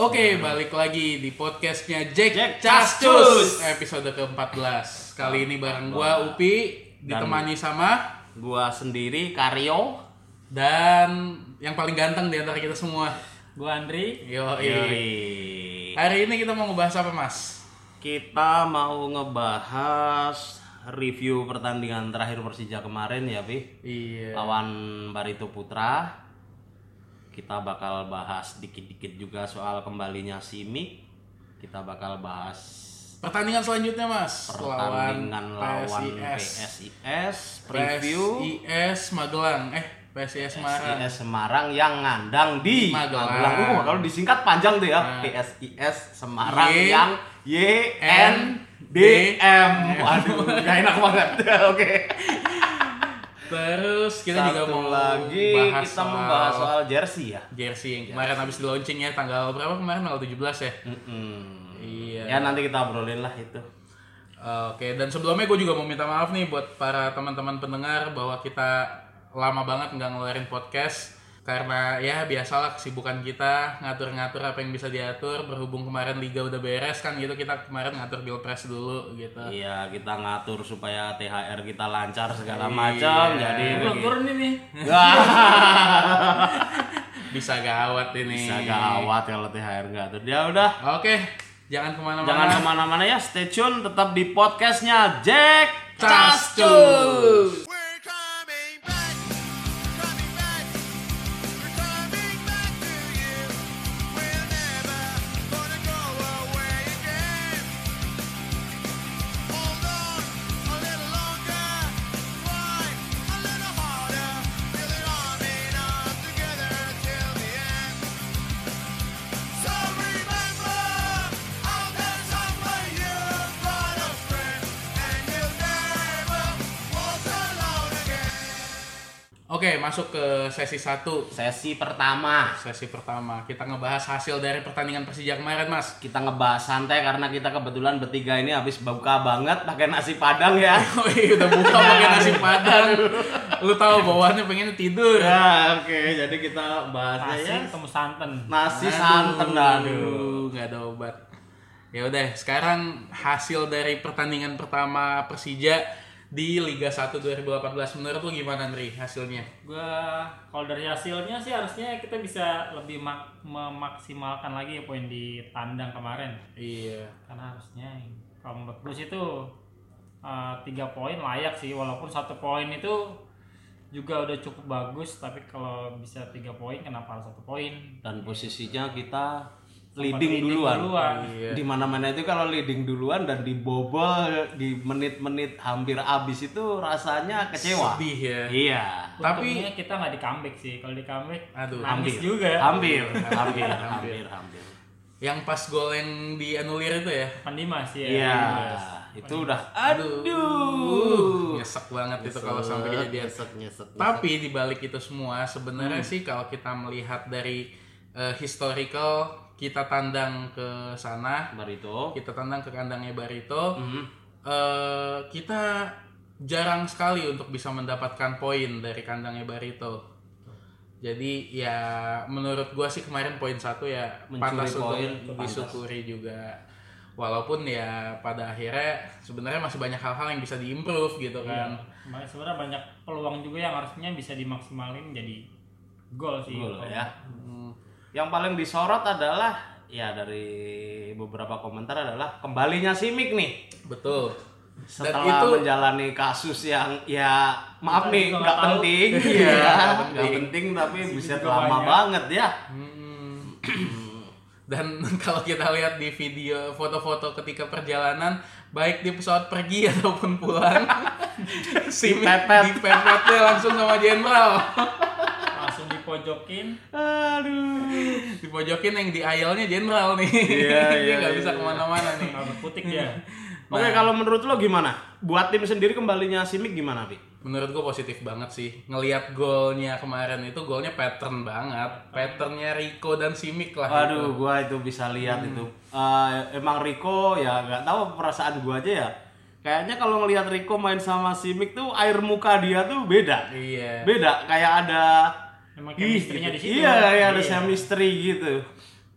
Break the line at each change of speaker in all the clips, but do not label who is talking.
Oke, balik lagi di podcastnya Jack,
Jack
Cascus
Cascus.
episode ke-14. Kali ini bareng gua Upi ditemani sama
gua sendiri Karyo
dan yang paling ganteng di antara kita semua.
Gua Andri.
Yo, iya.
Yoi.
Hari ini kita mau ngebahas apa, Mas?
kita mau ngebahas review pertandingan terakhir Persija kemarin ya Pi
Iya.
lawan Barito Putra kita bakal bahas dikit-dikit juga soal kembalinya Simi kita bakal bahas
Pertandingan selanjutnya, Mas.
pertandingan lawan
PSIS.
PSIS preview
PSIS Magelang. Eh, PSIS Semarang.
PSIS Semarang yang ngandang di
Magelang.
Magelang. Uh, kalau disingkat panjang tuh ya.
Nah.
PSIS Semarang
Y-
yang Y N D M. Waduh, gak enak banget. Oke.
Terus kita juga
Satu
mau
lagi
bahas
kita membahas soal jersey ya.
jersey yang kemarin habis di launching ya tanggal berapa kemarin tanggal 17 ya.
Mm-mm.
Iya.
Ya nanti kita obrolin lah itu.
Oke, dan sebelumnya gue juga mau minta maaf nih buat para teman-teman pendengar bahwa kita lama banget nggak ngeluarin podcast karena ya biasalah kesibukan kita ngatur-ngatur apa yang bisa diatur berhubung kemarin liga udah beres kan gitu kita kemarin ngatur pilpres dulu gitu.
Iya, kita ngatur supaya THR kita lancar segala
Iya.
macam. Jadi
Belum turun ini.
Bisa gawat ini.
bisa gawat kalau THR nggak tuh. Ya udah,
Oke, jangan kemana-mana.
Jangan kemana-mana ya, stay tune tetap di podcastnya Jack Cascus.
Cascus.
We're coming back, coming back, we're coming back to you. We're never gonna go away again. Hold on a little longer, try a little harder, feel it arming up together till the end. So remember, I'll dance on my youth, but a friend, and you'll never walk alone again.
Oke, masuk ke sesi satu
Sesi pertama,
Sesi pertama kita ngebahas hasil dari pertandingan Persija kemarin, Mas.
kita ngebahas santai karena kita kebetulan bertiga ini habis buka banget pakai nasi padang ya.
Wih, Oh iya, udah buka pakai nasi padang. Lu tahu bawaannya pengen tidur.
Ya, oke, jadi kita bahasnya
Nasi
ya
ketemu santan.
nasi santan aduh.
Aduh, nggak ada obat. Ya udah, sekarang hasil dari pertandingan pertama Persija di Liga 1 2018 menurut lu gimana Andri hasilnya?
Gua kalau dari hasilnya sih harusnya kita bisa lebih mak- memaksimalkan lagi ya poin di tandang kemarin.
Iya.
Karena harusnya kalau menurut gue sih itu eh, tiga poin layak sih walaupun satu poin itu juga udah cukup bagus tapi kalau bisa tiga poin kenapa harus satu poin?
Dan posisinya kita
Tempat
leading duluan.
Iya.
Di mana-mana itu kalau leading duluan dan dibobol di menit-menit hampir habis itu rasanya kecewa.
Sedih ya.
Iya.
Tapi-
Untungnya kita nggak di comeback sih kalau di comeback
Aduh,
nangis
hampir.
juga
Hampir, hampir, hampir, hampir.
Yang pas gol yang dianulir itu ya.
Pandimas ya.
Iya,
Pandimas.
itu udah. Aduh.
Nyesek banget itu kalau sampai kejadian.
nyesek, nyesek.
Tapi di balik itu semua sebenarnya
Hmm.
sih kalau kita melihat dari eh, historical kita tandang ke sana,
Kabar itu.
Iya.
kita tandang ke kandangnya Barito,
Hmm.
eh, kita jarang sekali untuk bisa mendapatkan poin dari kandangnya Barito. Jadi ya menurut gua sih kemarin poin satu ya
Mencuri
pantas untuk
poin, pantas.
disyukuri juga. Walaupun ya pada akhirnya sebenarnya masih banyak hal-hal yang bisa diimprove gitu kan.
Iya.
Makanya sebenarnya banyak peluang juga yang harusnya bisa dimaksimalin jadi gol sih.
Gol
Kalau-
ya.
Hmm.
Yang paling disorot adalah ya dari beberapa komentar adalah kembalinya Simic nih
Betul.
setelah
itu-
menjalani kasus yang ya maaf
Kita
nih
juga
nggak
nggak tahu.
penting
Iya,
ya
nggak
nggak
penting.
penting tapi buset
juga
lama
banyak.
banget ya
Hmm. Dan kalau kita lihat di video foto-foto ketika perjalanan, baik di pesawat pergi ataupun pulang, si
Dipepet.
dipepetnya langsung sama jenderal.
Langsung dipojokin.
aduh
Dipojokin yang di aisle-nya jenderal nih.
Iya,
Dia
iya,
nggak
iya,
bisa
iya.
kemana-mana nih.
Rambut putih dia. Nah.
Oke, kalau menurut lo gimana? Buat tim sendiri kembalinya Simic gimana, Pi?
Menurut gue positif banget sih. Ngeliat golnya kemarin itu golnya pattern banget. Patternnya Rico dan Simic lah.
Waduh, gua itu bisa lihat
Hmm.
itu. Eh, emang Rico ya nggak tahu perasaan gua aja ya. Kayaknya kalau ngelihat Rico main sama Simic tuh air muka dia tuh beda.
Iya.
Beda, kayak ada
Emang
Ih,
chemistry-nya di
gitu.
situ.
Iya.
Iya, kayak ada chemistry gitu.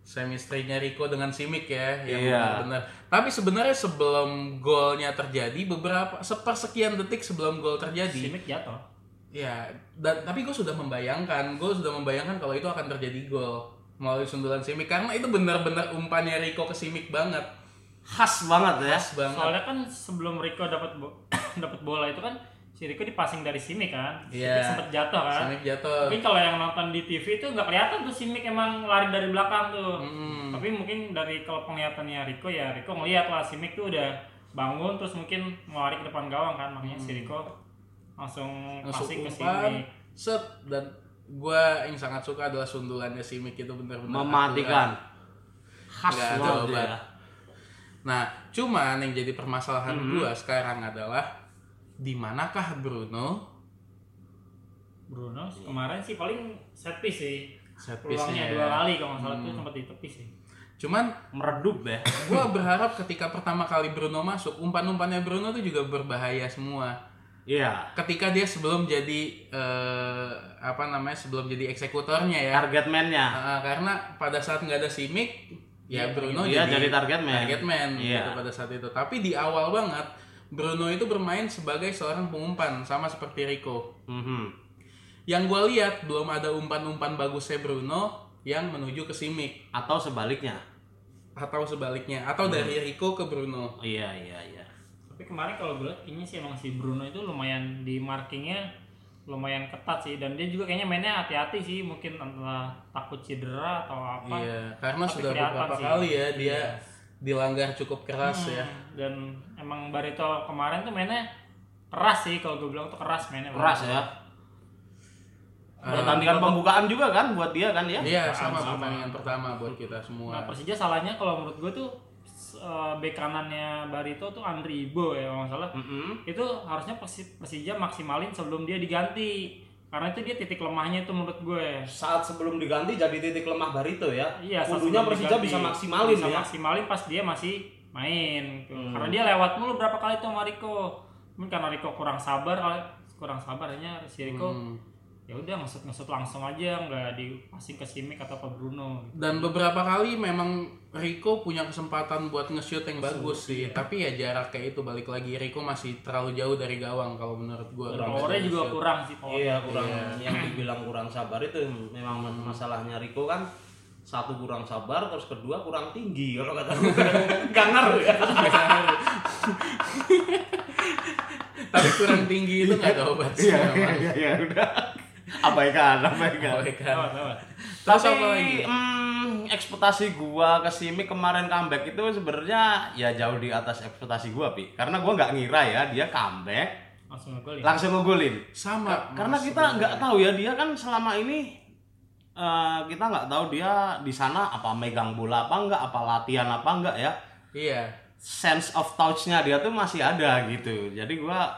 Semistrinya Rico dengan Simic ya, yang
Iya.
benar. Tapi sebenarnya sebelum golnya terjadi beberapa sepersekian detik sebelum gol terjadi,
Simic jatuh.
ya. Dan tapi gue sudah membayangkan, gue sudah membayangkan kalau itu akan terjadi gol melalui sundulan Simic karena itu benar-benar umpannya Rico ke Simic banget,
khas banget ya
pas banget.
Soalnya kan sebelum Rico dapat bo- dapat bola itu kan si Rico dipassing dari Simic kan.
Iya.
Simic sempat jatuh kan.
Simic jatuh.
Mungkin kalau yang nonton di TV itu nggak kelihatan tuh Simic emang lari dari belakang tuh.
Mm.
Tapi mungkin dari kalau penglihatannya Rico ya Rico ngeliat lah Simic tuh udah bangun terus mungkin mau lari ke depan gawang kan makanya si Rico langsung,
Mm. langsung
passing ke
umpan
Simic.
set dan gua yang sangat suka adalah sundulannya si Mick itu benar-benar
mematikan
akurat.
khas
Nggak ada
banget
obat.
ya
nah cuman yang jadi permasalahan
Mm-hmm.
gua sekarang adalah di manakah Bruno
Bruno kemarin sih paling set piece sih.
set
Peluangnya
piece-nya
dua
ya.
kali kalau nggak salah tuh sempat di tepi sih.
cuman
meredup ya
gua berharap ketika pertama kali Bruno masuk umpan-umpannya Bruno tuh juga berbahaya semua
iya
ketika dia sebelum jadi eh, apa namanya sebelum jadi eksekutornya ya
target man-nya
Ah, karena pada saat nggak ada Simic ya Bruno
Dia
jadi,
Iya, jadi target man.
target man
Iya.
gitu pada saat itu tapi di awal banget Bruno itu bermain sebagai seorang pengumpan sama seperti Rico
Mhm.
yang gue lihat belum ada umpan-umpan bagusnya Bruno yang menuju ke Simic
atau sebaliknya
atau sebaliknya atau dari Rico ke Bruno
iya iya iya
Tapi kemarin kalau gue lihat kayaknya sih emang si Bruno itu lumayan di markingnya lumayan ketat sih dan dia juga kayaknya mainnya hati-hati sih mungkin antara takut cedera atau apa.
iya karena
Tapi
sudah
kelihatan
beberapa
sih.
kali ya dia
Iya.
dilanggar cukup keras
Hmm,
ya
Dan emang Barito kemarin tuh mainnya keras sih kalau gue bilang tuh keras mainnya.
keras ya pertandingan pembukaan juga kan buat dia kan ya
Iya, sama
sama.
pertandingan pertama buat kita
Nah,
semua.
Persija salahnya kalau menurut gue tuh s- eh, bek kanannya Barito tuh Andri Ibo ya kalau nggak salah.
Mhm.
itu harusnya Persi- Persija maksimalin sebelum dia diganti karena itu dia titik lemahnya itu menurut gue
saat sebelum diganti jadi titik lemah Barito ya
iya saat
kudunya
sebelum
Persija
diganti.
bisa maksimalin ya
bisa
Hmm.
maksimalin pas dia masih main gitu. karena dia lewat mulu berapa kali tuh sama Rico mungkin karena Rico kurang sabar kali- kurang sabarnya si Rico
Hmm.
ya udah ngesut ngesut langsung aja nggak dipasing ke Simic atau ke Bruno gitu.
dan beberapa kali memang Rico punya kesempatan buat nge-shoot yang bagus sih tapi ya jaraknya itu balik lagi Rico masih terlalu jauh dari gawang kalau menurut gua
Kurang
Kalau
powernya
dari
juga
shoot.
kurang sih power
Iya kurang yang dibilang kurang sabar itu memang masalahnya Riko kan satu kurang sabar terus kedua kurang tinggi kalau kata gue nggak ngaruh ya
tapi kurang tinggi itu nggak ada obat sih memang.
iya udah abaikan abaikan
Oke, kan.
Lewat, lewat.
terus
tapi
apa lagi
hmm, ekspektasi gua ke Simic kemarin comeback itu sebenarnya ya jauh di atas ekspektasi gua pi karena gua nggak ngira ya dia comeback
langsung ngegolin
langsung ngegolin
sama
Ka- karena
gitu
Mas.
kita nggak tahu ya dia kan selama ini eh, kita nggak tahu dia di sana apa megang bola apa enggak apa latihan apa enggak ya
iya
sense of touch-nya dia tuh masih ada gitu jadi gua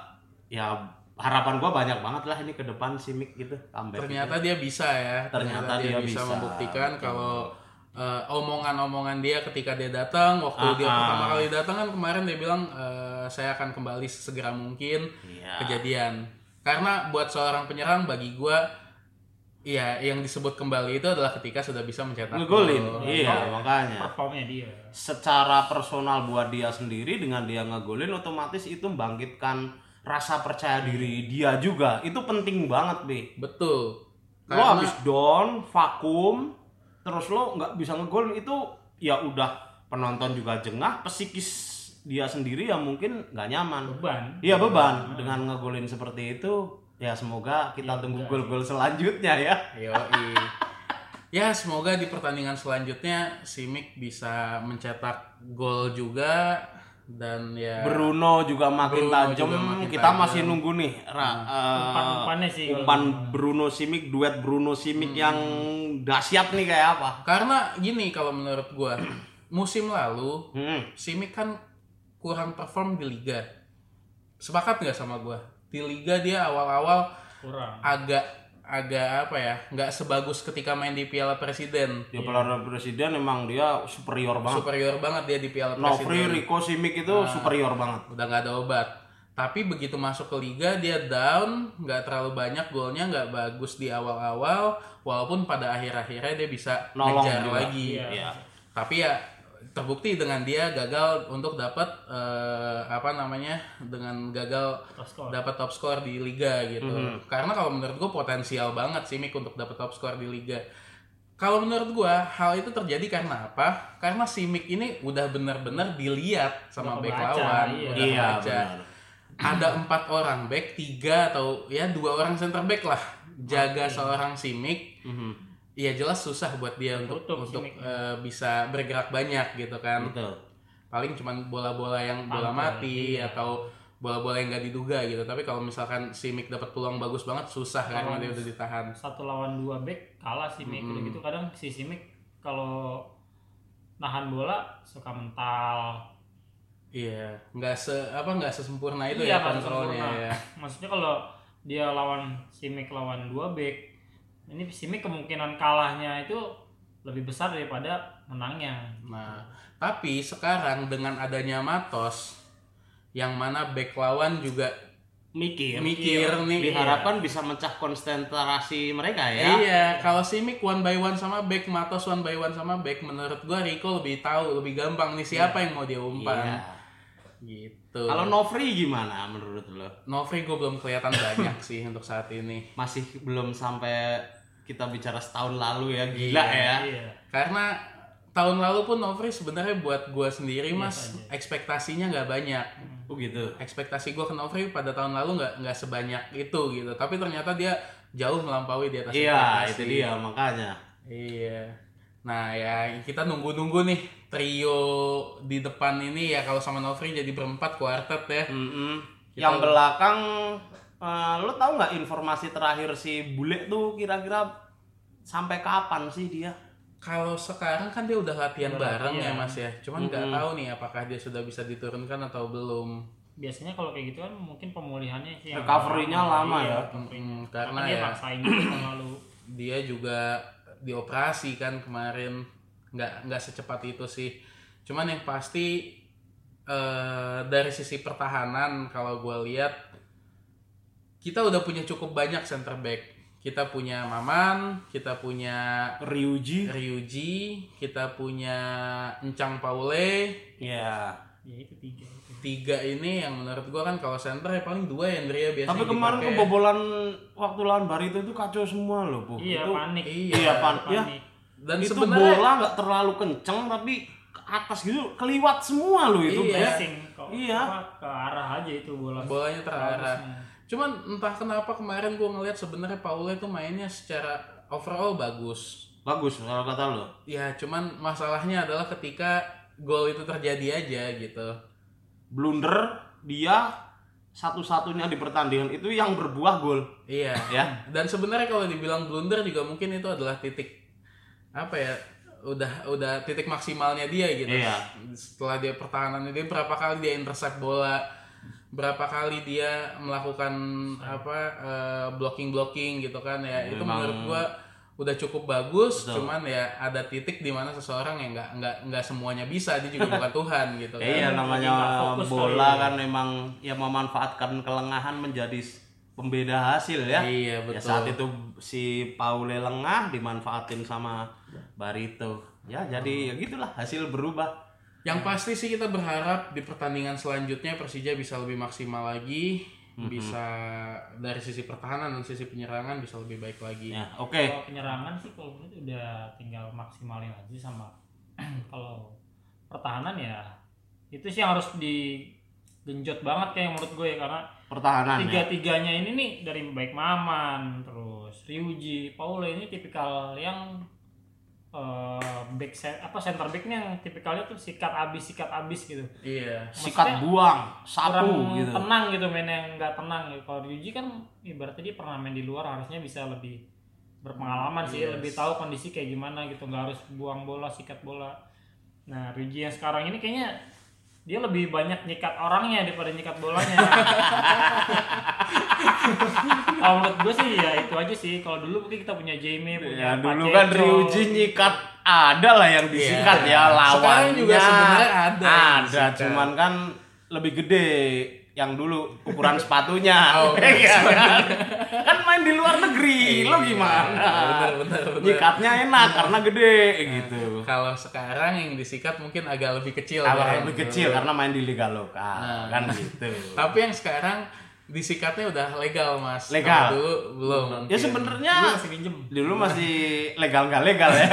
ya harapan gua banyak banget lah ini ke depan simik gitu comeback
ternyata dia bisa ya
Ternyata dia bisa.
membuktikan kalau eh, omongan-omongan dia ketika dia datang waktu dia
Ah, ah.
pertama kali datang kan kemarin dia bilang eh, saya akan kembali segera mungkin
Iya.
kejadian karena buat seorang penyerang bagi gua ya yang disebut kembali itu adalah ketika sudah bisa mencetak
ngegolin
gol.
iya
Oh,
makanya
performnya dia
secara personal buat dia sendiri dengan dia ngegolin otomatis itu membangkitkan rasa percaya diri dia juga itu penting banget bi
betul
lo
karena
habis down vakum terus lo nggak bisa ngegol itu ya udah penonton juga jengah psikis dia sendiri ya mungkin nggak nyaman
beban
iya beban dengan ngegolin seperti itu ya semoga kita tunggu gol-gol selanjutnya ya
Yoi. Ya semoga di pertandingan selanjutnya Simic bisa mencetak gol juga dan ya
Bruno juga makin
Bruno
tajam
juga makin
kita
tajam. Nah,
masih nunggu nih Ra, eh,
Umpan-umpannya sih kalau gitu.
umpan Bruno Simic duet Bruno Simic
Hmm.
yang dahsyat nih kayak apa
karena gini kalau menurut gua musim lalu
hmm.
Simic kan kurang perform di liga. Sepakat nggak sama gua? Di liga dia awal-awal
kurang
agak agak apa ya? nggak sebagus ketika main di Piala Presiden.
dia
Iya.
Piala Presiden emang dia superior banget
Superior banget dia di Piala
Nofri,
Presiden. Nah.
Rico, Simic itu superior banget.
udah nggak ada obat tapi begitu masuk ke liga dia down nggak terlalu banyak golnya nggak bagus di awal-awal walaupun pada akhir-akhirnya dia bisa
Nolong
ngejar
juga.
lagi
Iya.
Ya.
Tapi ya terbukti dengan dia gagal untuk dapat eh, apa namanya dengan gagal
Top score.
dapat top skor di liga gitu.
Mhm.
Karena kalau menurut gue potensial banget sih Mick untuk dapat top skor di liga. Kalau menurut gue hal itu terjadi karena apa? Karena si Mick ini udah benar-benar dilihat sama
Udah
back
kebaca,
lawan,
iya.
udah
Iya,
kebaca.
benar.
Ada empat orang back, tiga atau ya dua orang center back lah jaga seorang si Mick
Mhm.
Iya jelas susah buat dia untuk
Tutup
untuk
sini.
eh, bisa bergerak banyak gitu kan.
Betul.
Paling cuman bola-bola yang bola
Pantai,
mati atau bola-bola yang nggak diduga gitu. Tapi kalau misalkan si Mick dapat peluang bagus banget susah karena dia udah ditahan.
satu lawan dua back kalah si Mick
Hmm.
udah gitu kadang si Simic kalau nahan bola suka mental
Iya, nggak se apa nggak sesempurna itu ya
kan,
kontrolnya
sempurna.
ya.
maksudnya kalau dia lawan Simic lawan dua back ini Simic kemungkinan kalahnya itu lebih besar daripada menangnya
Nah, tapi sekarang dengan adanya Matos yang mana back lawan juga
Mikir.
mikir nih
Iya. Diharapkan bisa mecah konsentrasi mereka ya.
Iya, kalau Simic one by one sama back, Matos one by one sama back, menurut gua Rico lebih tahu, lebih gampang nih siapa yang mau dia
Iya.
umpan. Gitu.
Kalau Novri gimana menurut lo?
Novri gue belum kelihatan banyak sih untuk saat ini.
Masih belum sampai kita bicara setahun lalu ya, gila ya.
iya
Karena tahun lalu pun Novri sebenarnya buat gua sendiri mas ekspektasinya nggak banyak.
Oh gitu.
Ekspektasi gua ke Novri pada tahun lalu nggak nggak sebanyak itu gitu. Tapi ternyata dia jauh melampaui di atas
Iya,
ekspektasi.
itu dia makanya.
Iya. Nah ya kita nunggu-nunggu nih trio di depan ini ya kalau sama Novri jadi berempat kuartet ya.
Mm-mm. Yang belakang eh, lo tahu nggak informasi terakhir si bule tuh kira-kira sampai kapan sih dia?
Kalau sekarang kan dia udah latihan bareng ya
latihan.
Mas ya. Cuman nggak tahu nih apakah dia sudah bisa diturunkan atau belum.
biasanya kalau kayak gitu kan mungkin pemulihannya sih yang
Recovery-nya lama
Iya,
ya.
recovery-nya.
Mm, karena
dia
ya-
paksain gitu tahun lalu
Dia juga dioperasi kan kemarin nggak nggak secepat itu sih. Cuman yang pasti eh, dari sisi pertahanan kalau gue lihat kita udah punya cukup banyak center back. Kita punya Maman, kita punya
Ryuji.
Ryuji, kita punya Encang Paule.
Ya.
ya itu tiga itu
Tiga ini yang menurut gua kan kalau center ya paling dua ya Andrea biasanya
Tapi kemarin
dipakai.
kebobolan waktu lawan Barito itu kacau semua loh, Bu.
iya
Oh, itu,
panik
iya.
Iya, pan ya.
panik
dan
Itu
sebenarnya
bola nggak terlalu kenceng tapi ke atas gitu keliwat semua loh itu.
Iya.
Bes.
Passing, kok
Iya.
apa, ke arah aja itu bola
bolanya terarah.
Bagusnya.
Cuman entah kenapa kemarin gua ngeliat sebenarnya Paule tuh mainnya secara overall bagus.
Bagus kalau kata lo.
Ya cuman masalahnya adalah ketika gol itu terjadi aja gitu.
Blunder dia satu-satunya di pertandingan itu yang berbuah gol.
Iya.
Ya.
Dan sebenarnya kalau dibilang blunder juga mungkin itu adalah titik apa ya? Udah udah titik maksimalnya dia gitu.
Iya.
Setelah dia pertahanannya dia berapa kali dia intercept bola, berapa kali dia melakukan apa blocking blocking gitu kan ya. itu
Memang-
menurut gua udah cukup bagus,
Betul.
cuman ya ada titik di mana seseorang yang nggak nggak nggak semuanya bisa dia juga bukan Tuhan gitu kan.
Ya iya namanya
nggak fokus
bola
kali ya.
kan memang ya memanfaatkan kelengahan menjadi s- pembeda hasil ya.
Iya,
Ya
betul.
saat itu si Paule lengah dimanfaatin sama Barito. Ya jadi ya gitulah hasil berubah.
Yang pasti sih kita berharap di pertandingan selanjutnya Persija bisa lebih maksimal lagi, bisa dari sisi pertahanan dan sisi penyerangan bisa lebih baik lagi.
Ya oke.
kalau penyerangan sih kalau menurut udah tinggal maksimalin aja sama kalau pertahanan ya itu sih yang harus digenjot banget kayak menurut gue ya karena
Pertahanan
tiga
ya.
tiganya ini nih dari baik Maman terus Ryuji Paule ini tipikal yang eh, back se- apa center backnya yang tipikalnya tuh sikat abis sikat abis gitu
Iya.
Sikat buang, sapu
kurang
gitu.
tenang gitu main yang nggak tenang gitu. Kalau Ryuji kan ibaratnya dia pernah main di luar harusnya bisa lebih berpengalaman sih,
Yes.
lebih tahu kondisi kayak gimana gitu, nggak harus buang bola, sikat bola. Nah, Ryuji yang sekarang ini kayaknya dia lebih banyak nyikat orangnya daripada nyikat bolanya. Kalau menurut gue sih ya itu aja sih. Kalau dulu mungkin kita punya Jamie,
Ya
punya
dulu
Pacheco.
kan Ryuji nyikat ada lah yang disikat
Iya.
ya lawannya.
Sekarang juga sebenarnya ada yang
Ada
disikat.
cuman kan lebih gede. yang dulu ukuran sepatunya.
Oh, Iya,
Iya kan? kan main di luar negeri, lo gimana?
Bener, bener, bener. Iya.
Nyikatnya enak karena gede gitu.
Kalau sekarang yang disikat mungkin agak lebih kecil.
Kalau
kan?
lebih kecil karena main di liga lokal kan gitu.
Tapi yang sekarang disikatnya udah legal mas. Kalau
Legal.
dulu belum.
Ya
mungkin.
sebenarnya
Dulu masih minjem.
dulu masih legal nggak legal ya.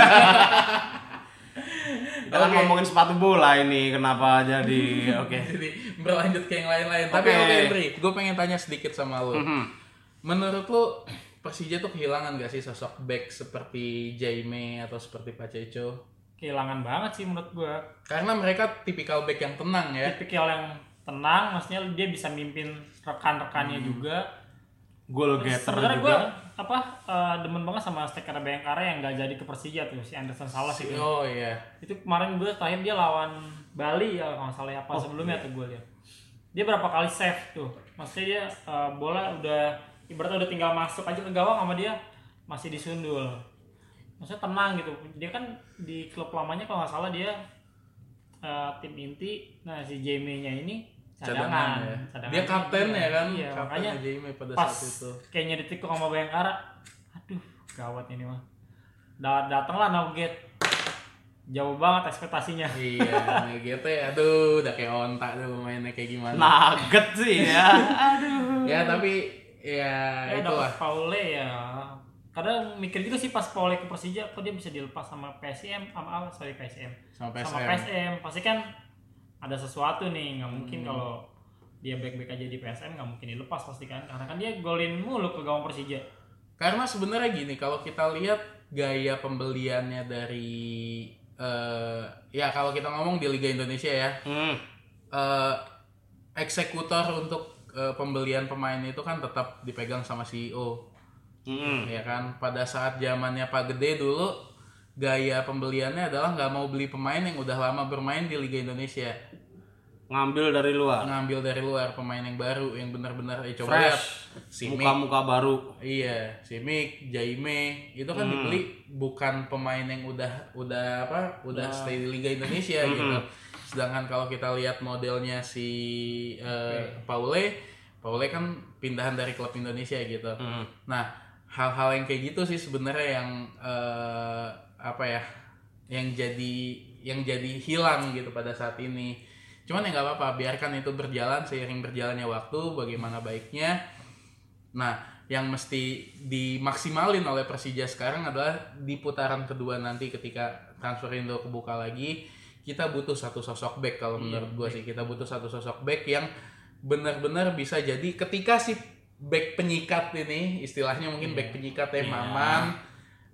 Kita kan
Oke.
ngomongin sepatu bola ini kenapa jadi oke.
Jadi berlanjut ke yang lain-lain. Tapi
Oke.
oke Bri, gue pengen tanya sedikit sama lo. Menurut lo Persija tuh kehilangan gak sih sosok back seperti Jaime atau seperti Pacheco?
Kehilangan banget sih menurut gua.
Karena mereka tipikal back yang tenang ya.
Tipikal yang tenang, maksudnya dia bisa mimpin rekan-rekannya
Hmm.
juga.
Goal getter juga.
Sebenarnya gue apa eh, demen banget sama striker Bayangkara yang gak jadi ke Persija tuh si Anderson Salas itu.
Oh iya.
Itu kemarin gue terakhir dia lawan Bali ya kalau nggak salah ya,
Oh,
apa sebelumnya
iya.
tuh gue lihat. Dia berapa kali save tuh. Maksudnya dia eh, bola udah ibaratnya udah tinggal masuk aja ke gawang sama dia masih disundul. Maksudnya tenang gitu. Dia kan di klub lamanya kalau nggak salah dia eh, tim inti. Nah si Jamie-nya ini cadangan.
ya.
Cadangan
Dia kapten ya kan?
Iya,
kapten
makanya
Jaime pada
pas
saat itu.
kayaknya ditikung sama Bayangkara aduh gawat ini mah da datanglah Nauget jauh banget ekspektasinya
iya, gitu ya. Aduh, udah kayak ontak tuh mainnya kayak gimana.
Nah.
Nugget sih ya.
Ya tapi ya,
ya
itulah.
dapat Paule ya kadang mikir gitu sih pas Paule ke Persija kok dia bisa dilepas sama PSM sama ah, sorry PSM
Sama
sama
PSM.
PSM pasti kan ada sesuatu nih nggak mungkin kalau dia back-back aja di PSM nggak mungkin dilepas pasti kan karena kan dia golin mulu ke gawang Persija
Karena sebenarnya gini, kalau kita lihat gaya pembeliannya dari eh ya kalau kita ngomong di Liga Indonesia ya,
Hmm.
eh eksekutor untuk eh, pembelian pemain itu kan tetap dipegang sama E CEO,
Hmm.
ya kan? Pada saat zamannya Pak Gede dulu gaya pembeliannya adalah nggak mau beli pemain yang udah lama bermain di Liga Indonesia,
Ngambil dari luar.
ngambil dari luar pemain yang baru yang benar-benar eh, coba lihat
Fresh.
si Mick
Muka-muka baru.
Iya, si Mick, Jaime, itu kan dibeli bukan pemain yang udah udah apa, udah stay di Liga Indonesia gitu. Sedangkan kalau kita lihat modelnya si eh, Paule, Paule kan pindahan dari klub Indonesia gitu.
Hmm.
Nah, hal-hal yang kayak gitu sih sebenarnya yang eh, apa ya, yang jadi yang jadi hilang gitu pada saat ini. Cuman ya nggak apa-apa, biarkan itu berjalan seiring berjalannya waktu, bagaimana baiknya. Nah, yang mesti dimaksimalin oleh Persija sekarang adalah di putaran kedua nanti ketika transfer window kebuka lagi, kita butuh satu sosok back kalau menurut gua sih. Kita butuh satu sosok back yang benar-benar bisa jadi ketika si back penyikat ini, istilahnya mungkin back penyikat ya Maman,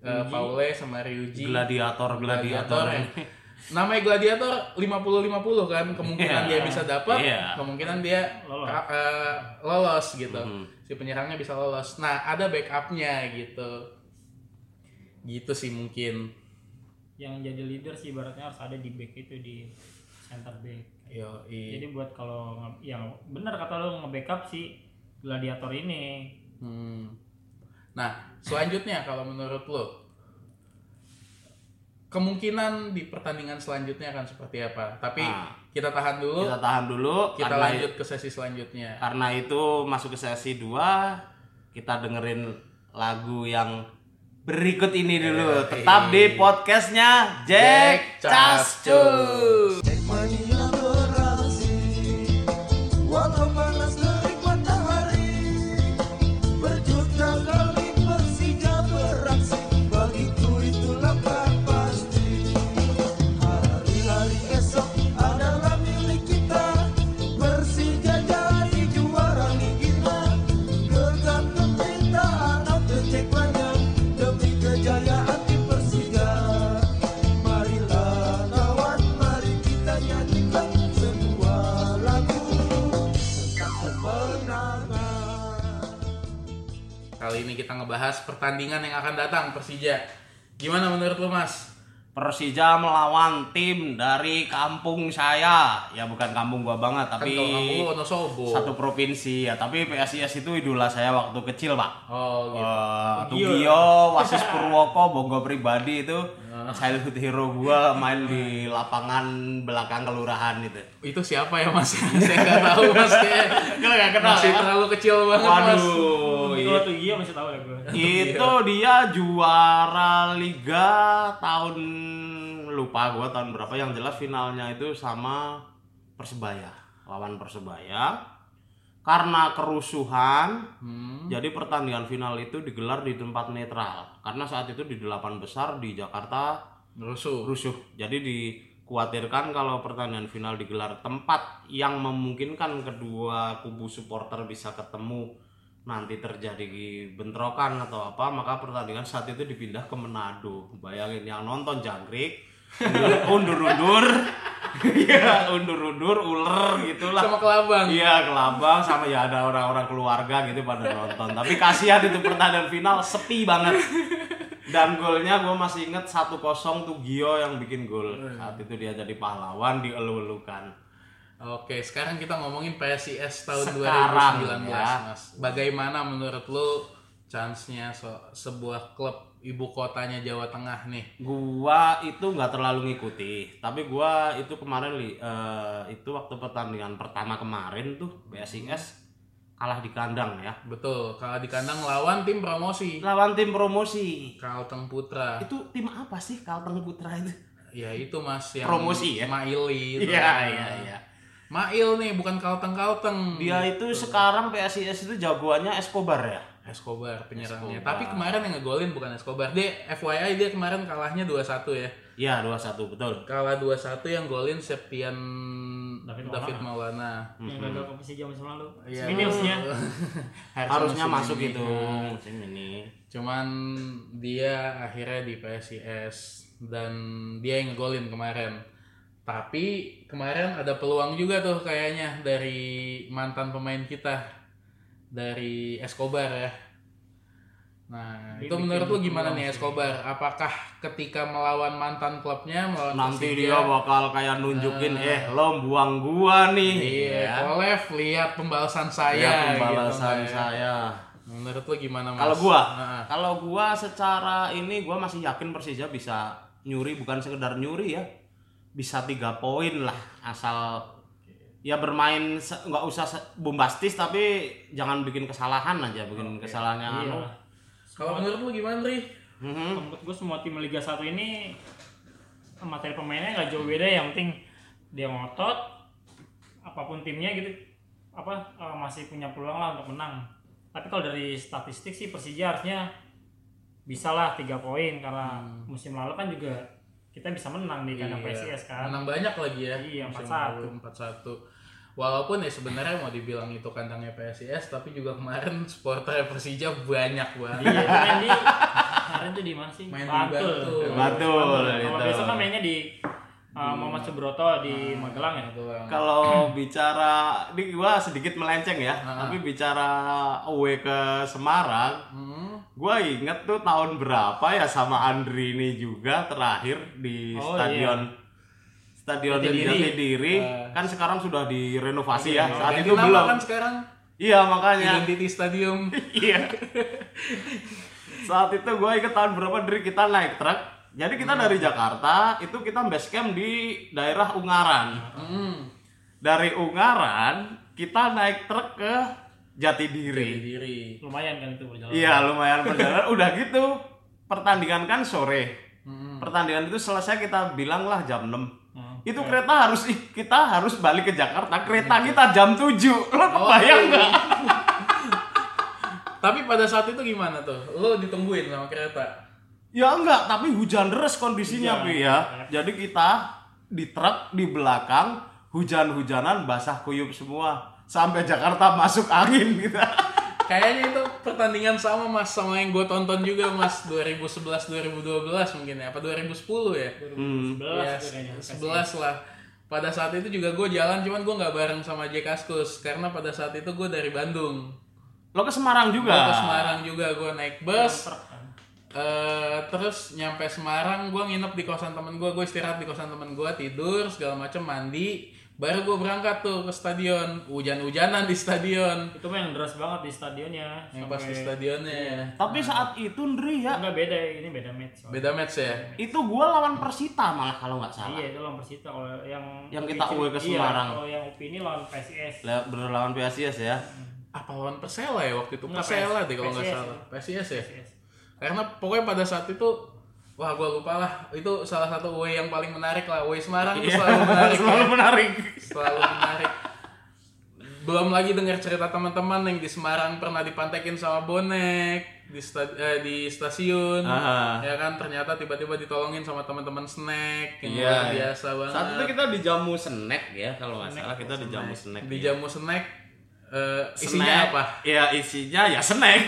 eh, Paule sama Ryuji
Gladiator, gladiator. ya.
yang- namanya gladiator 50-50 kan kemungkinan dia
Iya.
bisa dapat
Iya.
kemungkinan dia
Lolos.
ka- eh, lolos gitu
Mm-hmm.
si penyerangnya bisa lolos nah ada backupnya gitu gitu sih mungkin
yang jadi leader sih ibaratnya harus ada di back itu di center back
yo
Jadi buat kalau nge- yang benar kata lo nge-backup si gladiator ini.
Hmm. nah selanjutnya kalau menurut lo kemungkinan di pertandingan selanjutnya akan seperti apa tapi
Ah.
kita tahan dulu ya.
Kita
kita,
tahan dulu karena
lanjut ke sesi selanjutnya
karena itu masuk ke sesi 2 kita dengerin lagu yang berikut ini
Iya.
dulu. Tetap di podcastnya Jack Cascu.
Manilah berasi Walau panas terik matahari Berjuta kali Persija beraksi Bagiku itulah kan pasti Hari-hari esok adalah milik kita Persija jadi juara Ligina Gegap gempita anak kecekwanya Demi kejayaan tim Persija Marilah lawan, mari kita nyanyikan Sebuah lagu tentang kemenangan
Kali ini kita ngebahas pertandingan yang akan datang Persija. Gimana menurut lu Mas?
Persija melawan tim dari kampung saya. Ya bukan kampung gua banget, tapi
Kentong Kan kampung lu Wonosobo.
satu provinsi ya. Tapi PSIS itu idola saya waktu kecil, Pak.
Oh gitu.
Wah,
Tugio.
Iya.
Tugio, Wasis Purwoko, Bongo pribadi itu childhood hero gua main di lapangan belakang kelurahan itu.
Itu siapa ya mas? Saya nggak tahu mas. Kayak
Kalau nggak kenal
masih
ya?
terlalu kecil banget mas. Oh,
Waduh,
Kalau tuh iya masih tahu ya gue.
itu dia juara liga tahun lupa gua tahun berapa yang jelas finalnya itu sama persebaya lawan persebaya karena kerusuhan
Hmm.
jadi pertandingan final itu digelar di tempat netral karena saat itu di delapan besar di Jakarta
Rusuh.
rusuh jadi dikhawatirkan kalau pertandingan final digelar tempat yang memungkinkan kedua kubu supporter bisa ketemu nanti terjadi bentrokan atau apa maka pertandingan saat itu dipindah ke Manado bayangin yang nonton jangkrik undur-undur ya undur-undur ular gitulah
Sama kelabang.
Iya, kelabang sama ya ada orang-orang keluarga gitu pada nonton. Tapi kasihan itu pertandingan final sepi banget. Dan golnya gue masih inget 1-0 tuh Gio yang bikin gol. Saat itu dia jadi pahlawan dielu-elukan.
Oke, sekarang kita ngomongin PSIS tahun
Sekarang,
2019,
ya.
Mas. Bagaimana menurut lu chance-nya so- sebuah klub ibu kotanya Jawa Tengah nih?
Gua itu nggak terlalu ngikuti, tapi gua itu kemarin li, eh, itu waktu pertandingan pertama kemarin tuh BSIS kalah di kandang ya.
Betul, kalau di kandang lawan tim promosi
Lawan tim promosi.
Kalteng Putra.
Itu tim apa sih Kalteng Putra itu?
Ya itu Mas yang
Promosi, ya?
Maili itu. Ah,
Iya, iya, iya.
Mail nih, bukan Kalteng-Kalteng.
Dia Iya, itu sekarang PSIS itu jagoannya Escobar ya.
Escobar penyerangnya.
Escobar.
Tapi kemarin yang ngegolin bukan Escobar. Dia FYI dia kemarin kalahnya 2-1 ya.
Iya 21 betul.
Kalah 2-1 yang golin Septian
David
David Maulana.
Yang gagal ke Persija musim lalu.
Hmm. Iya.
Minusnya.
Harusnya masuk gitu.
itu
itu musim ini.
Cuman dia akhirnya di PSIS dan dia yang ngegolin kemarin. Tapi kemarin ada peluang juga tuh kayaknya dari mantan pemain kita dari Escobar ya. Nah,
Dia
itu
bikin
menurut lu gimana nih
peluang sih.
Escobar? Apakah ketika melawan mantan klubnya melawan
Nanti dia
Persija,
bakal kayak nunjukin eh lo buang gua nih.
Iya, Kolev lihat pembalasan saya
Lihat
gitu,
pembalasan
Mbak, ya.
saya.
Menurut lu gimana Mas?
iya, Kalau gua,
Nah,
kalau gua secara ini gua masih yakin Persija bisa nyuri bukan sekedar nyuri ya. Bisa tiga poin lah asal ya bermain se- nggak usah se- bombastis tapi jangan bikin kesalahan aja bikin kesalahan yang
Iya.
anu.
kalau menurut lu gimana, Ri?
Mhm.
Menurut gue semua tim Liga 1 ini materi pemainnya nggak jauh beda ya. yang penting dia ngotot apapun timnya gitu apa eh, masih punya peluang lah untuk menang tapi kalau dari statistik sih Persija harusnya bisa lah tiga poin karena musim lalu kan juga kita bisa menang di kandang
Hmm. Iya.
PSIS kan
Menang banyak lagi ya.
Iya,
musim
4-1.
lalu, 4-1. Walaupun ya sebenarnya mau dibilang itu kandangnya PSIS, tapi juga kemarin supporter Persija banyak banget.
Iya, main di kemarin tuh di mana sih?
Main di
Bantul.
Bantul.
Bantul,
Kalau
gitu.
besok kan mainnya di uh,
Hmm.
Muhammad Subroto di Magelang ya.
Iya.
Doang.
Kalau bicara ini gua sedikit melenceng ya, tapi bicara away ke Semarang,
Hmm,
gua inget tuh tahun berapa ya sama Andri ini juga terakhir di
Oh,
stadion Stadion
Jatidiri.
Jatidiri
Eh.
kan sekarang sudah direnovasi ya. Saat
Ganti
itu
nama
belum.
kan sekarang
Iya, makanya.
Identity Stadium.
Iya. Saat itu gue ikut tahun berapa dari kita naik truk. Jadi kita dari
Hmm.
Jakarta itu kita base camp di daerah Ungaran.
Hmm.
Dari Ungaran kita naik truk ke
Di
Jatidiri.
diri.
Lumayan kan itu berjalan.
Iya lumayan perjalanan. Udah gitu pertandingan kan sore.
Hmm.
Pertandingan itu selesai kita bilang lah jam 6
Hmm.
itu
iya.
kereta harus ih, kita harus balik ke Jakarta kereta kita jam
Oh,
7 lo
iya,
kebayang nggak
Tapi pada saat itu gimana tuh? Lo ditungguin sama kereta.
Ya enggak, tapi hujan deras kondisinya, Pi ya. Jadi kita di truk di belakang hujan-hujanan basah kuyup semua sampai Jakarta masuk angin gitu.
Kayaknya itu pertandingan sama mas sama yang gue tonton juga mas 2011 2012 mungkin ya apa 2010 ya. Ya,
11 tuh kayaknya.
11 lah. Pada saat itu juga gue jalan, cuman gue nggak bareng sama J Kaskus karena pada saat itu gue dari Bandung.
Ah.
Lo ke Semarang juga?
kan?
Gue ke Semarang juga, gue naik bus. eh terus nyampe Semarang gue nginep di kosan temen gue gue istirahat di kosan temen gue tidur segala macem mandi baru gue berangkat tuh ke stadion hujan-hujanan di stadion
Itu mah yang deras banget di stadionnya.
yang
Sampai-
pas di
Iya.
stadionnya
Tapi saat itu Ndri ya,
Enggak beda, ini beda match. soalnya.
beda match ya
itu gua lawan Persita malah kalau nggak salah.
Iya, itu lawan Persita kalau yang
Yang kita
UPI
away ke
iya,
Semarang.
Kalau yang UPI ini lawan PSIS.
Le- Bener lawan PSIS ya.
apa lawan Persela ya waktu itu
Enggak,
Persela
PS-
deh kalau nggak
PSIS.
salah PSIS ya
PSIS.
karena pokoknya pada saat itu wah gue lupa lah itu salah satu away yang paling menarik lah away Semarang
Iya.
tuh selalu menarik ya.
Selalu menarik.
selalu menarik belum lagi dengar cerita teman-teman yang di Semarang pernah dipantekin sama bonek di sta- eh, di stasiun
Ah.
ya kan ternyata tiba-tiba ditolongin sama teman-teman snack yang
Iya.
luar biasa banget
Saat itu kita dijamu snack ya kalau nggak salah kita dijamu snack.
di
ya.
jamu snack eh, isinya
Snack.
apa
Ya isinya ya snack.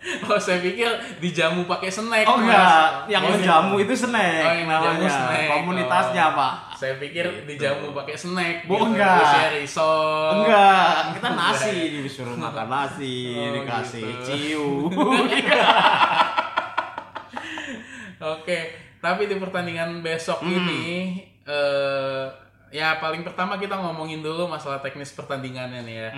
oh saya pikir dijamu pakai snack
oh
Mas.
enggak, yang
Oh,
menjamu itu snack
Oh, yang menjamu
namanya.
snack.
Komunitasnya
Oh.
Pak.
saya pikir dijamu pakai snack
Bu, enggak.
Terus ya risol
Enggak, kita nasi disuruh makan nasi,
Oh,
dikasih
gitu.
ciu.
Oke, tapi di pertandingan besok ini eh ya paling pertama kita ngomongin dulu masalah teknis pertandingannya nih ya.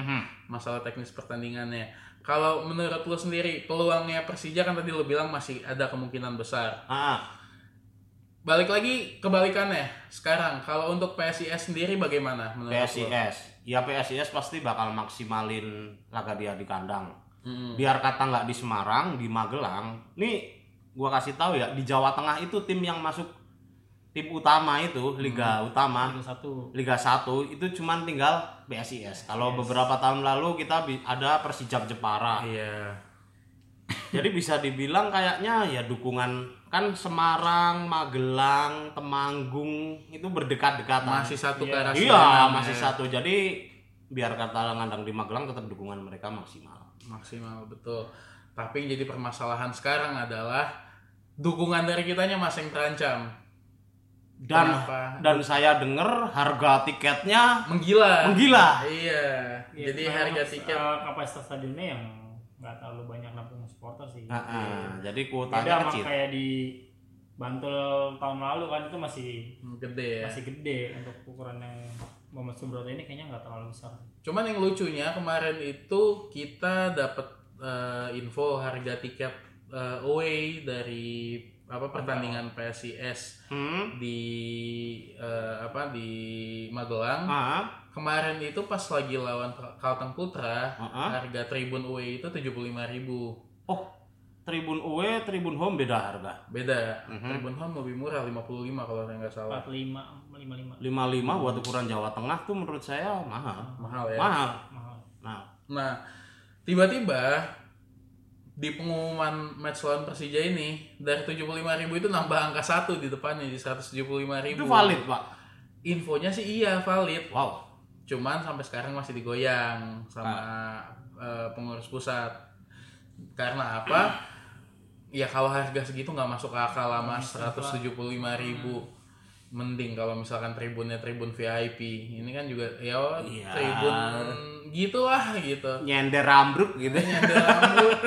Masalah teknis pertandingannya. Kalau menurut lu sendiri, peluangnya Persija kan tadi lu bilang masih ada kemungkinan besar.
Ah,
Balik lagi kebalikannya sekarang. Kalau untuk PSIS sendiri bagaimana menurut lu?
PSIS. Ya PSIS pasti bakal maksimalin laga dia di kandang.
Mm-mm.
Biar kata nggak di Semarang, di Magelang. Nih gua kasih tahu ya, di Jawa Tengah itu tim yang masuk tim utama itu, liga
Hmm.
utama.
Liga satu.
Liga 1 itu cuman tinggal PSIS. Kalau beberapa tahun lalu kita bi- ada Persijap Jepara.
Iya.
Jadi bisa dibilang kayaknya ya dukungan kan Semarang, Magelang, Temanggung itu berdekat-dekatan.
Masih satu
Iya.
ke arah
Iya,
sana,
masih
ya.
satu. Jadi biar kata ngandang di Magelang tetap dukungan mereka maksimal.
maksimal betul tapi yang jadi permasalahan sekarang adalah dukungan dari kitanya masing terancam
Dan
Kenapa?
dan saya dengar harga tiketnya
menggila
menggila.
iya
Iya,
jadi
karena
harga
kapasitas-
tiket
eh, kapasitas stadionnya yang nggak terlalu banyak nampung supporter sih.
Nah, ah, jadi
Beda
kuotanya
sama
kecil.
kayak di Bantul tahun lalu kan itu masih
gede ya
masih gede untuk ukuran yang Muhammad Subroto ini kayaknya nggak terlalu besar.
cuman yang lucunya kemarin itu kita dapat eh, info harga tiket eh, away dari apa pertandingan PSIS
Hmm.
di eh, apa di Magelang
Ah,
Kemarin itu pas lagi lawan Kalteng Putra,
Uh-uh.
harga tribun UE itu 75.000.
oh, Tribun UE, Tribun Home beda harga.
Beda.
Mhm.
Tribun home lebih murah 55 kalau saya nggak salah.
45, 55
55 buat ukuran Jawa Tengah tuh menurut saya mahal.
Mahal ya.
Mahal.
mahal.
Nah,
Nah, tiba-tiba di pengumuman match lawan Persija ini dari 75.000 itu nambah angka satu di depannya di 175.000.
itu valid, Pak.
Infonya sih iya valid.
Wow.
Cuman sampai sekarang masih digoyang sama eh, pengurus pusat. Karena apa? ya kalau harga segitu nggak masuk akal Hmm. lah mas 175.000 mending kalau misalkan tribunnya tribun VIP ini kan juga ya
Iya.
tribun gitulah gitu
Nyender ambruk gitu.
ada rambut.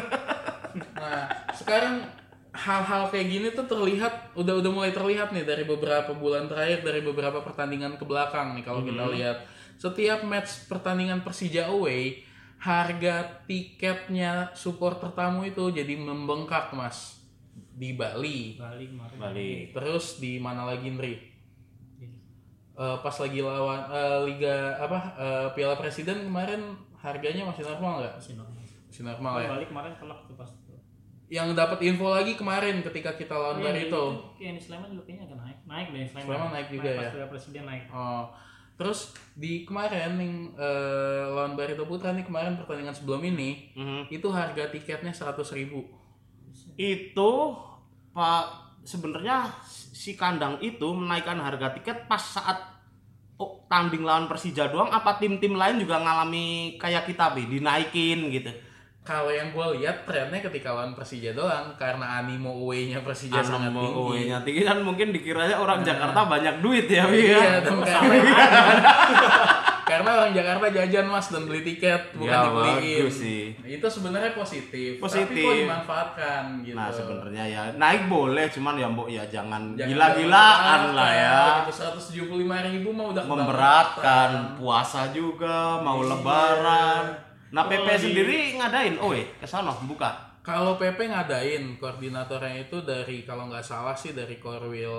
Nah, sekarang hal-hal kayak gini tuh terlihat udah udah mulai terlihat nih dari beberapa bulan terakhir dari beberapa pertandingan ke belakang nih kalau kita lihat setiap match pertandingan Persija away harga tiketnya supporter tamu itu jadi membengkak mas di Bali
Bali kemarin.
Balik.
terus di mana lagi Nri Eh, pas lagi lawan eh, liga apa eh, Piala Presiden kemarin harganya masih normal nggak
Masih normal.
masih normal ya
Bali kemarin telak tuh pas itu.
yang dapat info lagi kemarin ketika kita lawan
Iya,
Barito.
Yang di Sleman juga kayaknya agak naik. Naik deh Sleman.
Sleman naik juga
pas
ya?
Piala presiden naik.
Oh. Terus di kemarin yang eh, lawan Barito Putra nih kemarin pertandingan sebelum ini
Mhm.
itu harga tiketnya 100.000 ribu.
Itu Pak sebenarnya si kandang itu menaikkan harga tiket pas saat oh, tanding lawan Persija doang apa tim-tim lain juga ngalami kayak kita Bi, dinaikin gitu.
Kalau yang gue lihat trennya ketika lawan Persija doang karena animo away-nya
Iya,
Persija sangat
Animo
tinggi.
UE-nya tinggi Iya.
Iya,
kan mungkin dikiranya orang Jakarta banyak duit ya, Bi, ya.
Iya, dan karena, Iya, Karena orang Jakarta jajan mas dan beli tiket bukan
Ya,
dibeliin. Nah,
bagus sih.
Itu sebenarnya positif. Tapi
Positif.
kok dimanfaatkan gitu.
Nah sebenarnya ya naik boleh cuman ya mbok ya jangan,
Jangan
gila-gilaan lah ya.
Gitu, 175 ribu mah udah
Memberatkan puasa juga, mau
Iya.
lebaran. Nah PP
Kalau di-
sendiri ngadain, oh eh kesana buka.
Kalau PP ngadain koordinatornya itu dari kalau nggak salah sih dari Korwil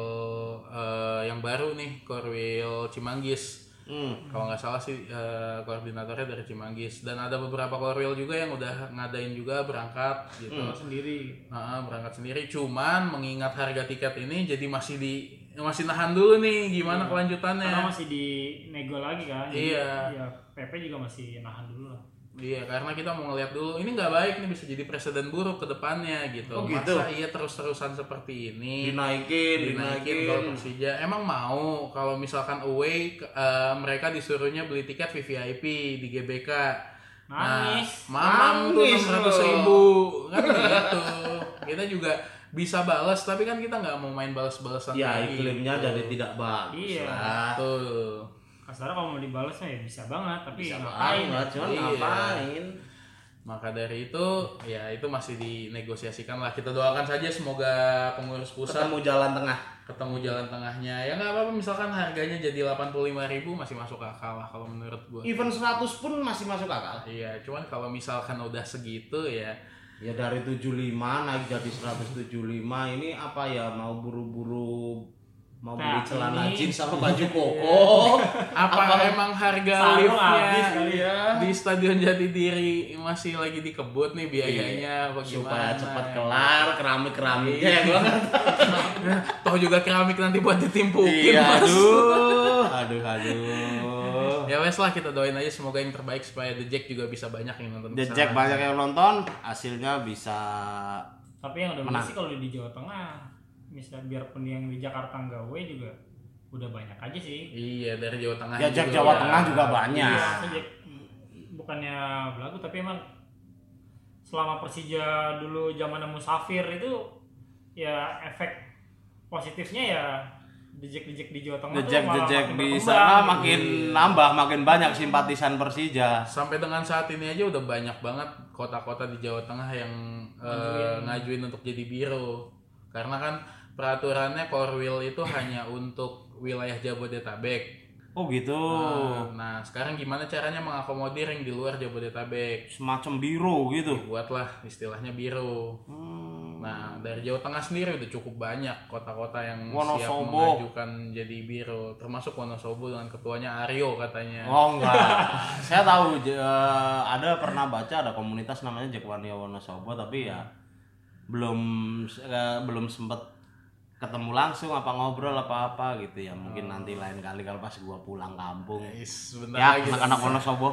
eh, yang baru nih Korwil Cimanggis.
Hmm.
Kalau nggak salah sih eh, koordinatornya dari Cimanggis dan ada beberapa Korwil juga yang udah ngadain juga berangkat gitu.
Hmm.
sendiri
Nah, berangkat sendiri cuman mengingat harga tiket ini jadi masih di masih nahan dulu nih gimana
Hmm.
kelanjutannya.
karena masih di nego lagi kan jadi
Nah. Iya.
ya PP juga masih nahan dulu lah
Iya, karena kita mau ngeliat dulu ini nggak baik nih bisa jadi presiden buruk ke depannya gitu.
Oh, gitu?
Masa iya terus-terusan seperti ini.
Dinaikin,
dinaikin kalau Persija emang mau kalau misalkan away ke- eh, mereka disuruhnya beli tiket VVIP di GBK
Nangis.
nah, mamam tuh
Nangis
ratus
loh.
ribu kan gitu kita juga bisa balas tapi kan kita nggak mau main balas-balasan
Ya
lagi.
iklimnya jadi tidak bagus
Iya.
lah.
tuh
kasarnya kalau mau dibalasnya ya bisa banget tapi ya
Bisa
ngapain
banget, cuman
Iya.
ngapain?
maka dari itu ya itu masih dinegosiasikan lah kita doakan saja semoga pengurus pusat
Ketemu jalan tengah.
ketemu jalan tengahnya ya nggak apa-apa misalkan harganya jadi 85.000 masih masuk akal lah kalau menurut gua
Even 100 pun masih masuk akal.
Iya, cuman kalau misalkan udah segitu ya,
Ya dari 75 naik jadi 175 ini apa ya mau buru-buru mau beli
Nah,
celana
ini-
jeans sama baju koko.
apa, emang harga
Sarung habis
liftnya
kali ya.
kan?
di Stadion Jatidiri masih lagi dikebut nih biayanya apa
Iya, supaya
gimana?
cepat kelar keramik-keramiknya ya gua ngerti.
Nah, Toh juga keramik nanti buat ditimpukin
Iya,
mas.
aduh, aduh, aduh.
Ya wes lah kita doain aja semoga yang terbaik supaya The Jack juga bisa banyak yang nonton.
The
kesana.
Jack banyak yang nonton, hasilnya bisa
tapi yang udah
Menang.
bener sih kalau di Jawa Tengah misalnya biarpun yang di Jakarta nggak we juga udah banyak aja sih
Iya dari Jawa Tengah.
The
juga.
Jack Ya, Jawa Tengah juga banyak.
Iya, saya Jack- bukannya belagu tapi emang selama Persija dulu zaman Musafir itu ya efek positifnya ya dejek-dejek di Jawa Tengah tuh malah
Dejek-dejek
makin
di
berkembang.
sana makin nambah, makin banyak simpatisan Persija.
Sampai dengan saat ini aja udah banyak banget kota-kota di Jawa Tengah yang eh, ngajuin untuk jadi biro. Karena kan peraturannya Korwil itu hanya untuk wilayah Jabodetabek.
Oh gitu.
Nah, Nah, sekarang gimana caranya mengakomodir yang di luar Jabodetabek?
Semacam biro gitu.
Dibuatlah istilahnya biro.
Hmm.
Nah, dari Jawa Tengah sendiri udah cukup banyak kota-kota yang siap
Wonosobo.
mengajukan jadi biro, termasuk Wonosobo dengan ketuanya Aryo katanya.
Oh enggak. Saya tahu je- eh, ada pernah baca ada komunitas namanya Jakwania Wonosobo tapi ya belum eh, belum sempet ketemu langsung apa ngobrol apa apa gitu ya mungkin nanti lain kali kalau pas gua pulang kampung
Is,
ya
sebentar lagi. Eh,
anak-anak Wonosobo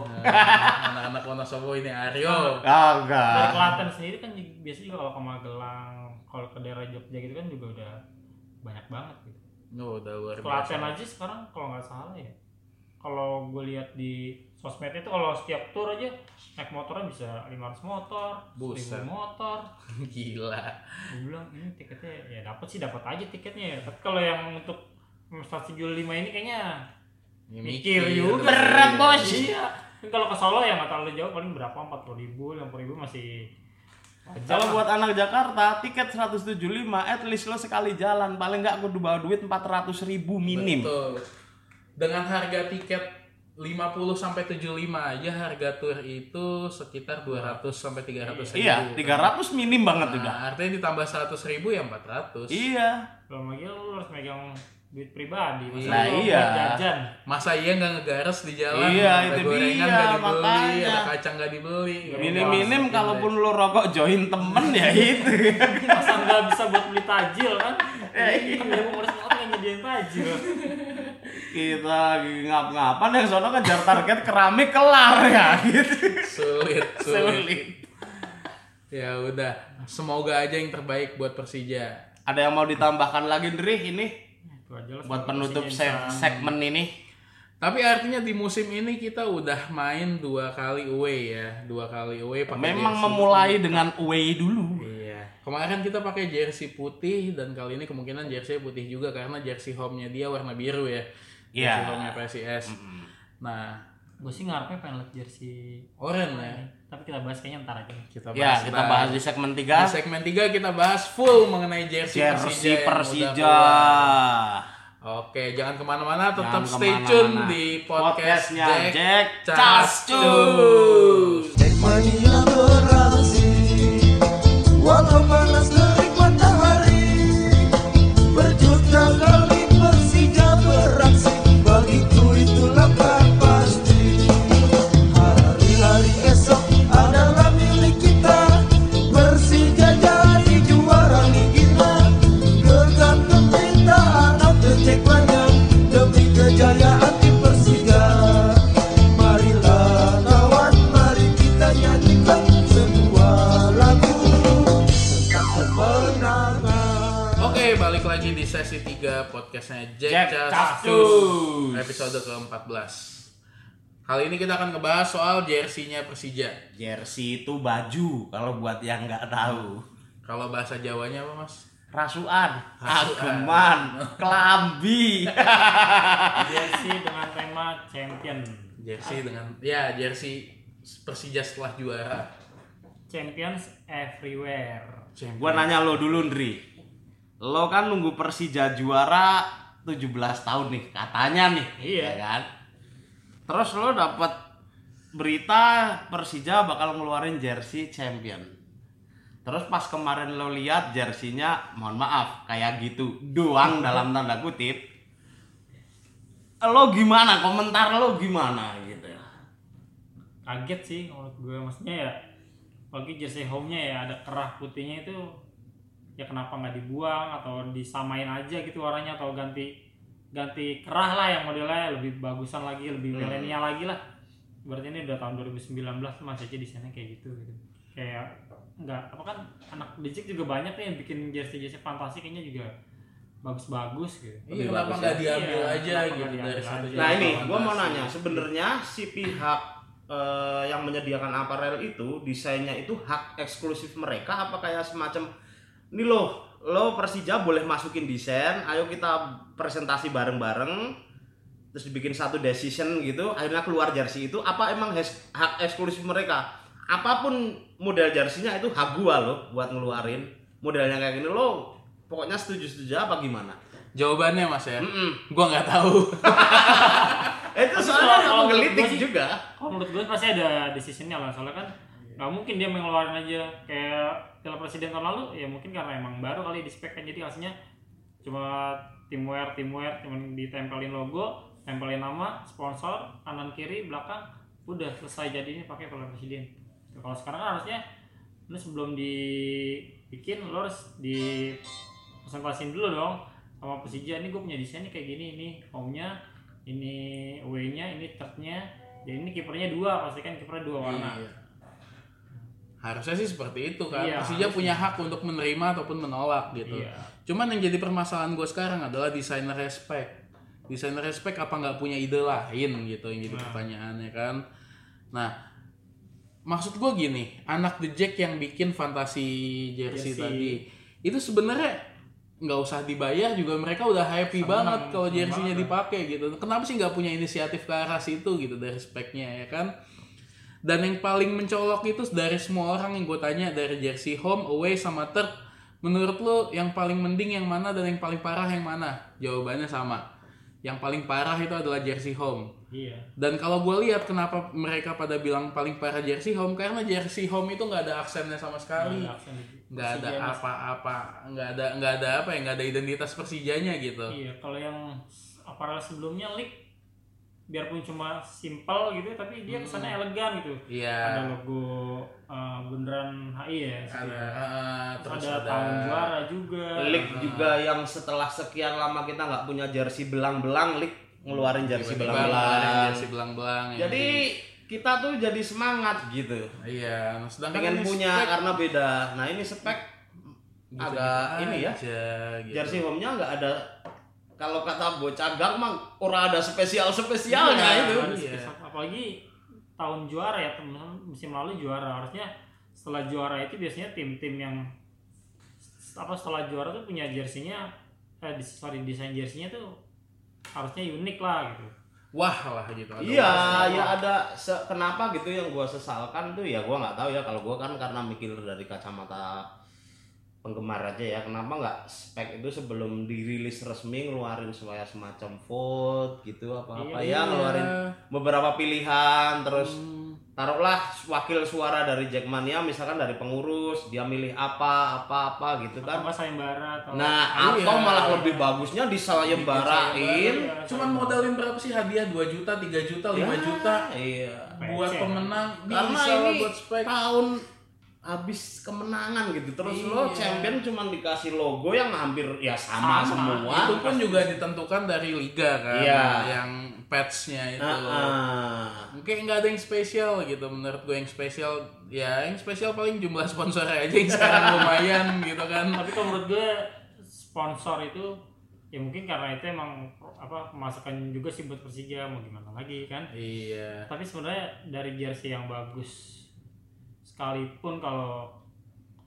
anak-anak Wonosobo ini Aryo.
ah
Dari
enggak
Klaten sendiri kan ju- biasa juga kalau ke Magelang, kalau ke daerah Jogja gitu kan juga udah banyak banget gitu.
Oh, udah luar biasa.
Klaten aja sekarang kalau nggak salah ya. Kalau gue lihat di sosmed itu kalau setiap tour aja naik motornya bisa 500 motor, 1000
Buset.
motor.
Gila.
Gue bilang ini tiketnya ya dapat sih dapat aja tiketnya ya. Tapi kalau yang untuk stasiun 75 ini kayaknya
Ya,
mikir juga
Berat, Bos.
iya Ini kalau ke Solo ya nggak terlalu jauh paling berapa 40 ribu 50 ribu masih wajar
Kalau
lah.
buat anak Jakarta, tiket 175 at least lo sekali jalan paling nggak kudu bawa duit 400 ribu minim.
Betul. Dengan harga tiket 50 sampai 75 aja ya harga tur itu sekitar 200 sampai 300 ribu.
Iya, 300 minim banget udah.
Nah, artinya ditambah 100 ribu ya 400.
Iya.
belum lagi lu harus megang duit pribadi masa
Nah,
lu buat
iya.
jajan
Masa iya nggak ngegares di jalan?
Iya,
Ada
itu
gorengan
dia,
nggak dibeli,
makanya.
ada kacang nggak dibeli.
Minim-minim kalaupun lo rokok join temen ya itu.
masa nggak bisa buat beli tajil kan kan dia mau ngurus banget nggak nyediain tajil
Kita lagi ngap-ngapan yang sono ngejar target keramik kelar ya gitu.
sulit, sulit.
Sulit.
Ya udah, semoga aja yang terbaik buat Persija.
Ada yang mau ditambahkan lagi Dri ini
itu aja lah
buat
semoga
penutup
isinya
se-
bisa-
segmen ini?
Tapi artinya di musim ini kita udah main dua kali away ya, dua kali away pakai
Memang
jersey.
memulai dengan away dulu.
Iya. Kemarin kita pakai jersey putih dan kali ini kemungkinan jersey putih juga karena jersey home-nya dia warna biru ya. Jersey
Iya.
home-nya PSIS. Nah,
gue sih ngarepnya pengen lihat jersey
Oren ya.
tapi kita bahas kayaknya ntar aja
Kita bahas,
Ya, kita
ntar.
bahas di segmen
Di
3
segmen 3 kita bahas full mengenai jersey,
Jersey
yang udah
Persija.
keluar. Oke, jangan kemana-mana, tetap
Jangan
stay
kemana-mana.
tune di podcast
podcastnya
Jack,
Jack
Cascus.
Cascus.
Mania beraksi Walau panas terik matahari Berjuta kali Persija beraksi Bagiku itu langkah pasti Hari-hari esok adalah milik kita Persija jadi juara Ligina Gegap kepintaan atau ceklannya Demi kejayaan tim Persija Marilah kawan, mari kita nyanyikan semua lagu Tentang kemenangan
Oke, balik lagi di sesi 3 podcastnya Jack,
Jack
Cascus.
Cascus.
Episode ke-14 Kali ini kita akan ngebahas soal jersinya Persija
Jersey itu baju kalau buat yang nggak tahu.
Kalau bahasa Jawanya apa mas?
Rasuan,
Rasukan.
ageman, kelambi.
jersey dengan tema champion
Ah.
Jersey dengan, ya jersey Persija setelah juara
champions everywhere
Gua nanya lo dulu, Ndri. Lo kan nunggu Persija juara 17 tahun nih, katanya nih.
Iya.
ya kan? Terus lo dapat berita Persija bakal ngeluarin jersey champion. Terus pas kemarin lo lihat jersinya, mohon maaf, kayak gitu doang dalam tanda kutip. Lo gimana? Komentar lo gimana gitu?
kaget sih menurut gue maksudnya ya apalagi jersey home-nya ya ada kerah putihnya itu ya kenapa nggak dibuang atau disamain aja gitu warnanya atau ganti ganti kerah lah yang modelnya lebih bagusan lagi lebih milenial lagi lah berarti ini udah tahun 2019 tuh masih aja desainnya kayak gitu gitu kayak nggak apa kan anak bijik juga banyak nih yang bikin jersey jersey fantasi kayaknya juga bagus-bagus gitu
Iya, kenapa
ya?
nggak diambil
Iya,
aja
kenapa
gitu
nggak
dari
diambil
satu
aja?
Nah
jersey
ini
lawan
gue mau
Persija?
nanya sebenarnya si pihak eh, yang menyediakan aparel itu desainnya itu hak eksklusif mereka apa kayak semacam ini loh lo Persija boleh masukin desain ayo kita presentasi bareng-bareng terus dibikin satu decision gitu akhirnya keluar jersey itu apa emang hes- hak eksklusif mereka apapun model jersinya itu hak gua loh buat ngeluarin modelnya kayak gini lo pokoknya setuju-setuju apa gimana
Jawabannya mas
Eh.
ya?
Mm-mm.
Gua nggak tahu.
Eh, itu
kalau-
soalnya emang
kalau
gelitik
gua sih-
juga
Kalau menurut gue pasti ada decisionnya lah soalnya kan nggak mungkin dia mengeluarkan aja kayak Piala Presiden tahun lalu ya mungkin karena emang baru kali di spek kan jadi hasilnya cuma timware timware cuman ditempelin logo tempelin nama sponsor kanan kiri belakang udah selesai jadinya pakai Piala Presiden Nah, kalau sekarang kan harusnya lu sebelum dibikin lo harus di presentasiin dulu dong sama Persija ini gue punya desain nih kayak gini ini home-nya ini away-nya ini third-nya dan ini kipernya dua pasti kan kipernya dua warna
Iya. Harusnya sih seperti itu kan.
Iya,
Persija
harusnya.
punya hak untuk menerima ataupun menolak gitu.
Iya.
Cuman yang jadi permasalahan gue sekarang adalah desainer respect. Desainer respect apa nggak punya ide lain gitu yang jadi
Nah.
pertanyaannya kan. Nah, maksud gue gini, anak The Jack yang bikin fantasi jersey
Jersey.
tadi itu sebenarnya nggak usah dibayar juga mereka udah happy
Seneng,
banget kalau
seneng
jersinya
banget.
dipakai gitu. Kenapa sih nggak punya inisiatif ke arah situ gitu dari speknya ya kan? Dan yang paling mencolok itu dari semua orang yang gue tanya dari jersey home, away sama third, menurut lo yang paling mending yang mana dan yang paling parah yang mana? Jawabannya sama. Yang paling parah itu adalah jersey home.
iya
Dan kalau gue lihat kenapa mereka pada bilang paling parah jersey home karena jersey home itu nggak ada aksennya sama sekali,
Nggak ada aksen di-
nggak ada
Persija nih.
apa-apa, nggak ada nggak ada apa ya, nggak ada identitas Persijanya gitu.
iya kalau yang aparel sebelumnya leak biarpun cuma simple gitu tapi dia kesannya elegan gitu ada
Iya.
logo eh, bundaran HI ya
Ada,
sebenarnya.
eh,
Terus
terus
ada, tahun juara juga
Lik
Iya.
juga yang setelah sekian lama kita nggak punya jersey belang-belang, Lik ngeluarin jersey
Tiba-tiba ada
belang-belang.
jersey belang-belang. yang
Jadi kita tuh jadi semangat gitu.
Iya, nah, sedangkan
Pengen
ini
punya
spek
karena beda. Nah ini spek
gitu-gitu
agak ini ya.
aja, gitu.
Jersey home-nya nggak ada. Kalau kata bocah gang mah ora ada spesial spesialnya
Iya,
itu.
harus
Iya.
besok. apalagi tahun juara ya teman-teman musim lalu juara harusnya setelah juara itu biasanya tim-tim yang apa setelah juara tuh punya jersinya eh dis- sorry desain jersinya tuh harusnya unik lah gitu
wah lah gitu. Ada
Iya,
wah.
ya ada se- kenapa gitu yang gua sesalkan tuh ya gua nggak tahu ya kalau gua kan karena mikir dari kacamata penggemar aja ya kenapa nggak spek itu sebelum dirilis resmi ngeluarin supaya semacam vote gitu apa
Iya.
apa
Hmm.
ya ngeluarin beberapa pilihan terus taruhlah wakil suara dari Jackmania misalkan dari pengurus dia milih apa apa apa gitu
atau
kan
nggak sayembara atau
nah
Iya.
atau malah lebih bagusnya disayembarain
Sayembara,
Cuman modalin berapa sih hadiah 2 juta, 3 juta, 5
Ya,
juta
iya
buat
Receh.
pemenang
karena
bisa lah
ini
buat spek.
tahun habis kemenangan gitu terus lo champion cuman dikasih logo yang hampir ya sama,
Sama.
semua
Itu pun juga ditentukan dari liga kan
Iya.
yang patchnya itu.
Ah, ah.
Mungkin nggak ada yang spesial gitu menurut gue yang spesial ya yang spesial paling jumlah sponsor aja yang sekarang lumayan gitu kan.
tapi kalau menurut gue sponsor itu ya mungkin karena itu emang apa pemasukan juga sih buat Persija mau gimana lagi kan
Iya.
tapi sebenarnya dari jersey yang bagus sekalipun kalau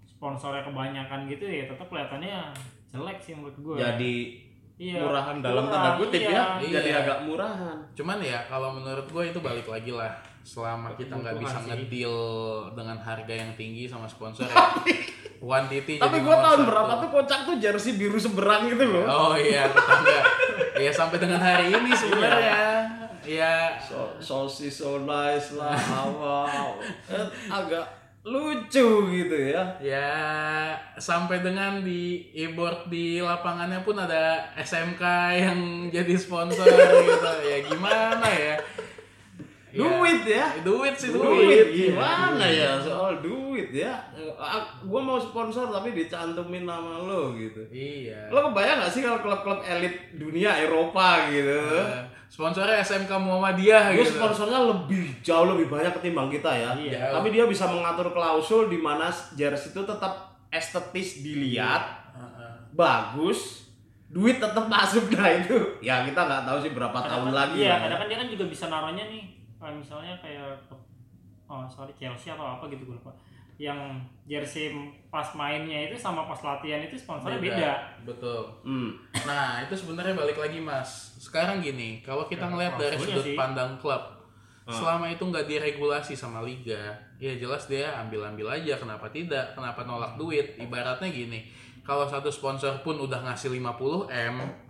sponsornya kebanyakan gitu ya tetap kelihatannya jelek sih menurut gue
jadi
Iya,
murahan dalam
murah,
tanda kutip
iya.
ya jadi
Iya.
agak murahan
Cuman ya kalau menurut gue itu balik lagi lah selama kita nggak bisa
Kebutuhan sih.
ngedeal dengan harga yang tinggi sama sponsor ya. Quantity
tapi
jadi
gua
nomor
tahun
satu.
berapa tuh kocak tuh jersey biru seberang gitu
Oh
loh
iya, tetangga. ya sampai dengan hari ini sebenarnya. Ya
Iya. so, sosis so nice lah wow Eh, agak lucu gitu ya
ya sampai dengan di e-board di lapangannya pun ada SMK yang jadi sponsor gitu. Ya gimana ya? Ya,
duit ya
Duit sih duit. iya.
duit gimana ya soal duit ya Ah, gua mau sponsor tapi dicantumin nama lo gitu
Iya.
lo kebayang gak sih kalau klub-klub elit dunia Eropa gitu
Eh, Sponsornya SMK Muhammadiyah
dia
gitu.
sponsornya lebih jauh lebih banyak ketimbang kita ya
Iya.
tapi dia bisa mengatur klausul di mana jersey itu tetap estetis dilihat
Heeh.
bagus duit tetap masuk nah itu ya kita nggak tahu sih berapa tahun
Kadang-kadang-
lagi
iya
ya.
kadang kan dia kan juga bisa naruhnya nih kayak misalnya kayak oh sorry Chelsea atau apa gitu gue lupa yang jersey pas mainnya itu sama pas latihan itu sponsornya beda,
Betul.
Hmm.
Nah, itu sebenarnya balik lagi, Mas. Sekarang gini, kalau kita ngelihat dari
maksudnya
sudut
sih.
pandang klub, selama itu nggak diregulasi sama liga, ya jelas dia ambil-ambil aja, kenapa tidak? Kenapa nolak duit? Ibaratnya gini, kalau satu sponsor pun udah ngasih 50 M,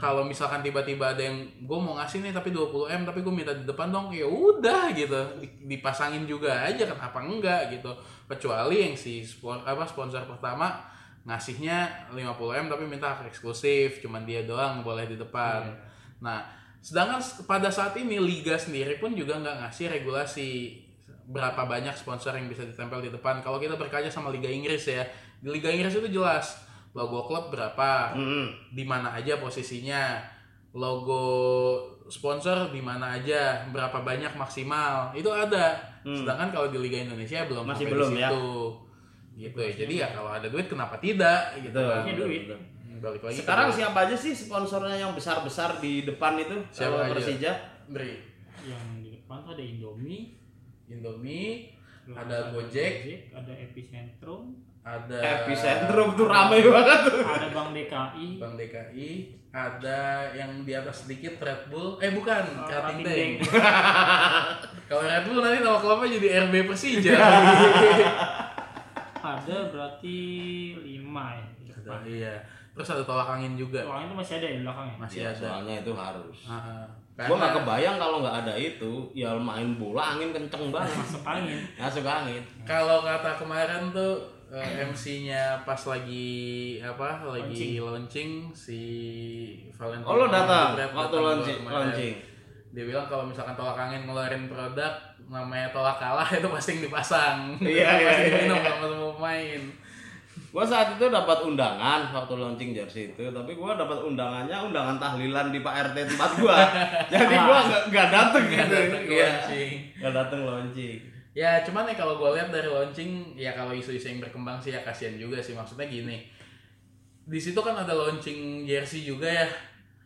kalau misalkan tiba-tiba ada yang gue mau ngasih nih tapi 20 m tapi gue minta di depan dong ya udah gitu Di- dipasangin juga aja kenapa enggak gitu kecuali yang si spon- apa sponsor pertama ngasihnya 50 m tapi minta hak eksklusif cuman dia doang boleh di depan nah sedangkan s- pada saat ini liga sendiri pun juga nggak ngasih regulasi berapa banyak sponsor yang bisa ditempel di depan kalau kita berkaca sama liga Inggris ya di liga Inggris itu jelas logo klub berapa
Hmm.
di mana aja posisinya logo sponsor di mana aja berapa banyak maksimal itu ada sedangkan kalau di Liga Indonesia belum
Hmm. Masih
sampai
belum
di
ya.
situ. gitu ya jadi ya kalau ada duit kenapa tidak gitu
Betul,
kan.
Ini duit.
betul.
balik lagi
Sekarang
ke-
siapa aja sih sponsornya yang besar-besar di depan itu?
Siapa
Kalau
aja?
Persija?
Beri.
yang di depan tuh ada Indomie
Indomie
terus
ada Gojek
ada Epicentrum
ada
Eh, Epicentrum tuh rame banget.
ada Bank DKI
Bank DKI ada yang di atas sedikit Red Bull eh bukan
uh,
Krating
Rating
Bank
Bank.
kalau Red Bull nanti nama klubnya jadi RB Persija
ada berarti lima ya di depan.
Ada, iya. Terus ada tolak angin juga.
Ruangan itu masih ada ya di belakangnya
Masih ada.
Iya, soalnya itu harus.
Heeh.
Gua nggak
Karena
kebayang kalau nggak ada itu, ya main bola angin kenceng banget.
masuk angin
Masuk angin.
kalau kata kemarin tuh eh, MC-nya pas lagi apa? Lagi launching si Valentino.
Oh lo datang
Brad
waktu
datang
launching,
kemarin.
launching.
Dia bilang kalau misalkan tolak angin ngeluarin produk namanya tolak kalah itu pasti yang dipasang.
Iya, iya,
pasti
iya,
diminum sama semua pemain.
Gua saat itu dapat undangan waktu launching jersey itu, tapi gua dapat undangannya undangan tahlilan di Pak RT tempat gua. Jadi gua nggak nggak dateng gitu.
dateng ke
Iya.
launching.
Nggak dateng launching.
Ya cuman ya kalau gue lihat dari launching ya kalau isu-isu yang berkembang sih ya kasihan juga sih maksudnya gini di situ kan ada launching jersey juga ya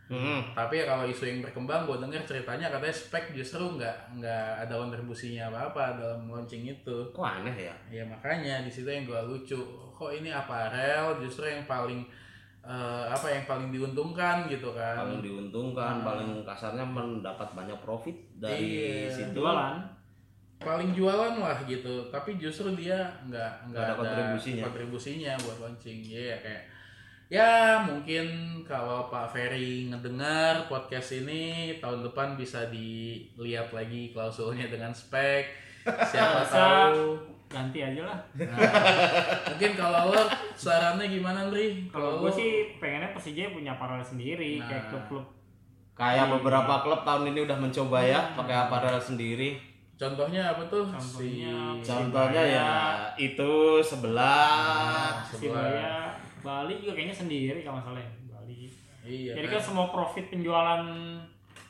Hmm.
tapi ya kalau isu yang berkembang gue denger ceritanya katanya spek justru nggak nggak ada kontribusinya apa apa dalam launching itu
Kok aneh ya?
ya makanya di situ yang gue lucu kok ini aparel justru yang paling eh, apa yang paling diuntungkan gitu kan
paling diuntungkan paling kasarnya mendapat banyak profit
Hmm. Iya.
dari situ
jualan
paling jualan lah gitu tapi justru dia nggak nggak
Nggak ada
ada
kontribusinya.
kontribusinya buat launching ya kayak ya mungkin kalau Pak Ferry ngedengar podcast ini tahun depan bisa dilihat lagi klausulnya dengan spek siapa
Bisa.
tahu
ganti aja lah
Nah, mungkin kalau lo sarannya gimana Li lo
kalau gue sih pengennya Persija punya paralel sendiri
Nah.
kayak klub-klub
Iya.
kayak beberapa klub tahun ini udah mencoba ya pakai aparel sendiri
contohnya apa tuh
Contohnya-
si
contohnya ya itu sebelah
sebelah.
Persibaya Bali juga kayaknya sendiri kalau nggak salah ya, Bali
iya
jadi
kan?
kan semua profit penjualan